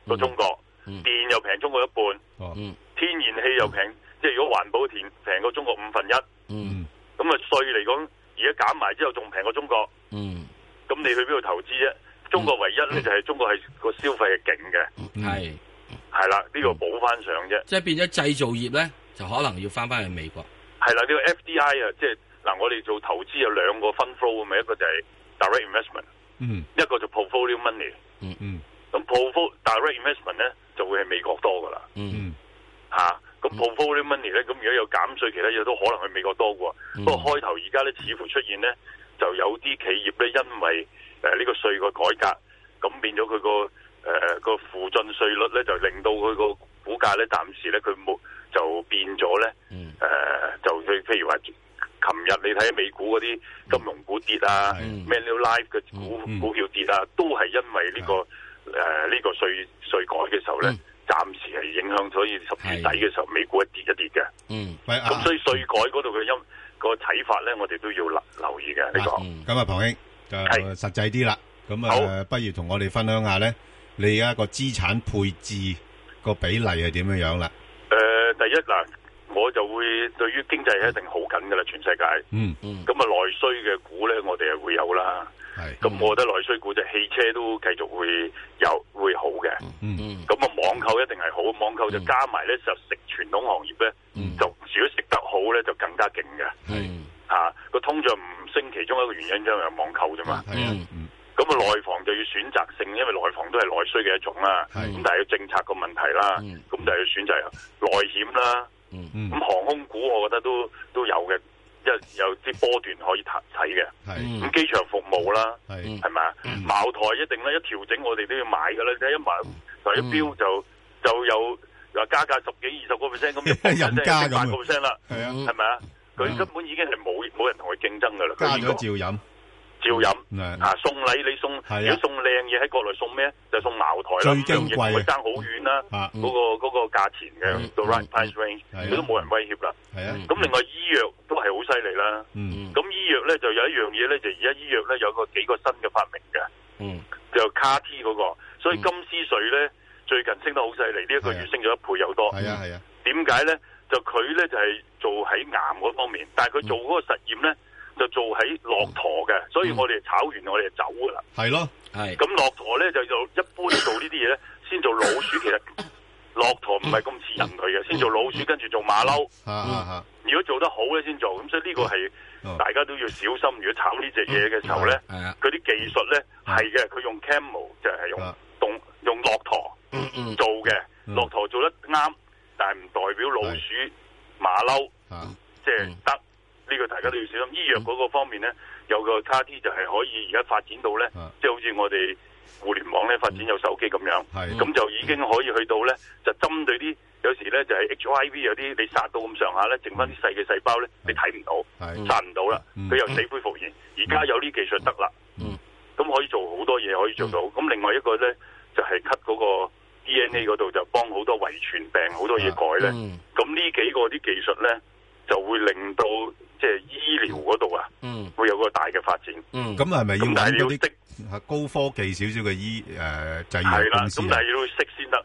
過中國，電又平中國一半，哦天然氣又平，即係如果環保電平過中國五分一，嗯咁啊税嚟講，而家減埋之後仲平過中國。嗯咁你去邊度投資啫？中國唯一咧就係中國係個消費係勁嘅，係係啦，呢個補翻上啫。即係變咗製造業咧，就可能要翻翻去美國。係啦，呢個 FDI 啊，即係嗱，我哋做投資有兩個 fund flow 啊嘛，一個就係 direct investment，嗯一個就 portfolio money。嗯嗯。咁 portfolio direct investment 咧就會係美國多噶啦。嗯。嚇，啊咁 portfolio money 咧，咁如果有減税，其他嘢都可能去美國多過。嗯不過開頭而家咧，似乎出現咧，就有啲企業咧，因為誒呢個税個改革，咁變咗佢個誒個附進稅率咧，就令到佢個股價咧，暫時咧佢冇就變咗咧，誒、就佢譬如話。琴日你睇美股嗰啲金融股跌啊，Manulife 嘅股股票跌啊，都係因為呢、個誒呃呢個税税改嘅時候咧，嗯暫時係影響，所以十月底嘅時候美股一跌一跌嘅。嗯，喂啊咁所以税改嗰度嘅因個睇法咧，我哋都要留留意嘅呢個。咁啊，彭兄就實際啲啦。咁啊，不如同我哋分享下咧，你而家個資產配置個比例係點樣樣啦？誒、呃第一嗱，我就會對於經濟係一定好緊㗎啦，全世界。嗯咁啊，內需嘅股咧，我哋係會有啦。係。咁我覺得內需股就汽車都繼續會有會好嘅。嗯。咁啊，網購一定係好，網購就加埋咧就食傳統行業咧，嗯就如果食得好咧就更加勁嘅。嗯啊個通脹唔升，其中一個原因就係網購啊啫嘛。嗯咁啊，內房就要選擇性，因為內房都係內需嘅一種啦。咁但係要政策個問題啦，咁就要選擇內險啦。嗯咁航空股我覺得都都有嘅，因為有啲波段可以睇睇嘅。係咁機場服務啦，係係咪啊？茅台一定咧，一調整我哋都要買㗎啦。你睇一嗯買嗱一標就就有話加價十幾二十個 percent 咁，一又唔加咁啊八個 percent 啦，係啊係咪啊？佢根本已經係冇冇人同佢競爭㗎啦。加佢呢個咗照飲。照飲嗯啊！送禮你送，係啊如果送靚嘢喺國內送咩？就送茅台啦，最矜貴啊佢爭好遠啦，啊嗯嗰個嗰個價錢嘅個 right price range，係啊佢都冇人威脅啦。係啊咁另外醫藥都係好犀利啦。嗯咁醫藥咧就有一樣嘢咧，就而家醫藥咧有個幾個新嘅發明嘅，嗯就 CAR T 嗰個，嗯所以金絲水咧最近升得好犀利，呢一個月升咗一倍有多。啊嗯係啊係啊。點解咧？就佢咧就係、做喺癌嗰方面，但係佢做嗰個實驗咧就做喺駱駝嗯嘅，所以我哋炒完我哋就走噶啦。係咯。係。咁駱駝咧就做一般做呢啲嘢咧，先做老 鼠。其實駱駝唔係咁似人嗯類嘅，先做老鼠，跟住做馬騮。啊啊如果做得好咧先做，咁所以呢個係哦嗯大家都要小心。如果炒呢只嘢嘅時候咧，係啊佢啲技術咧係嘅，佢用 camel 就係用動用駱駝做嘅，嗯駱駝做得啱，但係唔代表老鼠、馬騮即係得。呢個大家都要小心。醫藥嗰個方面呢，有個卡 T 就係可以而家發展到呢，即係好似我哋互聯網呢發展有手機咁樣，咁就已經可以去到呢，就針對啲有時呢，就係 HIV 有啲你殺到咁上下呢，剩翻啲細嘅細胞呢，你睇唔到，殺唔到啦，佢又死灰復燃。而家有呢技術得啦，咁可以做好多嘢可以做到。咁另外一個呢，就係 cut 嗰個 DNA 嗰度就幫好多遺傳病好多嘢改啊呢。咁呢幾個啲技術呢，就會令到即係醫療嗰度啊，嗯會有個大嘅發展。咁係咪要咁揾但係嗰要啲識高科技少少嘅醫诶製係藥啦，公司咁啊但係要識先得。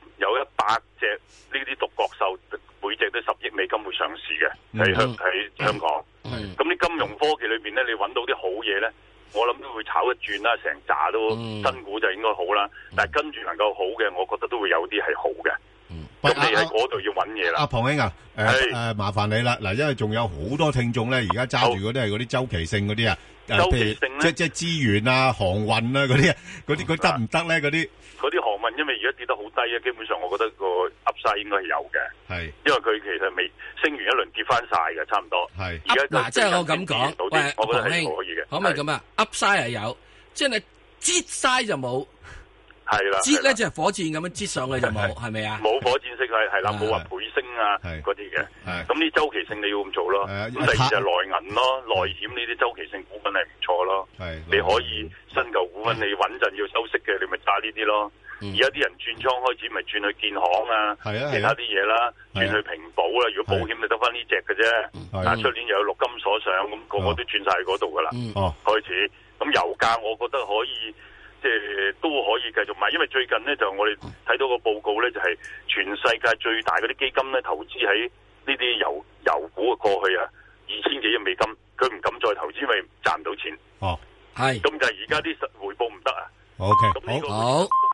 有一百隻呢啲獨角獸，每隻都十億美金會上市嘅喺香喺香港。咁啲金融科技裏邊咧，你揾到啲好嘢咧，我諗都會炒一轉啦，成扎都新股就應該好啦。但係跟住能夠好嘅，我覺得都會有啲係好嘅。咁你喺嗰度要揾嘢阿啦。龐兄啊，诶诶，麻煩你啦，嗱，因為仲有好多聽眾咧，而家揸住嗰啲係嗰啲周期性嗰啲啊，誒周期譬如性即即資源啊、航運啊嗰啲啊，嗰啲佢得唔得咧？嗰啲嗰啲航運因為而家跌得好低啊，基本上我覺得個 Upside 應該係有嘅，係因為佢其實未升完一輪跌翻晒嘅，差唔多。係而家啊嗱，即係我咁跌到講，啲喂，我覺得阿係兄可以嘅，可唔可以咁啊？Upside 係有，即係你擠晒就冇，係啦，擠咧係啦就係火箭咁樣擠上去就 冇，係咪啊？冇火箭式係係啦，冇話倍升啊嗰啲嘅。咁呢周期性你要咁做咯。咁第二就係啊內銀咯，內險呢啲周期性股份係唔錯咯。你可以新舊股份你穩陣要收息嘅，你咪揸呢啲咯。而家啲人轉倉開始咪轉去建行啊，嗯係啊係啊其他啲嘢啦，係轉啊嗯去平保啦。如果保險你得翻呢只嘅啫，係啊但係出年又有陸金所上，咁個個都轉晒去嗰度噶啦。哦，開始。咁油價我覺得可以，即係都可以繼續買，因為最近呢，就我哋睇到個報告呢，就係、全世界最大嗰啲基金呢，投資喺呢啲油油股啊過去啊二千幾億美金，佢唔敢再投資，因為賺唔到錢。哦，係。咁就係而家啲實回報唔得啊。 OK，呢個好。好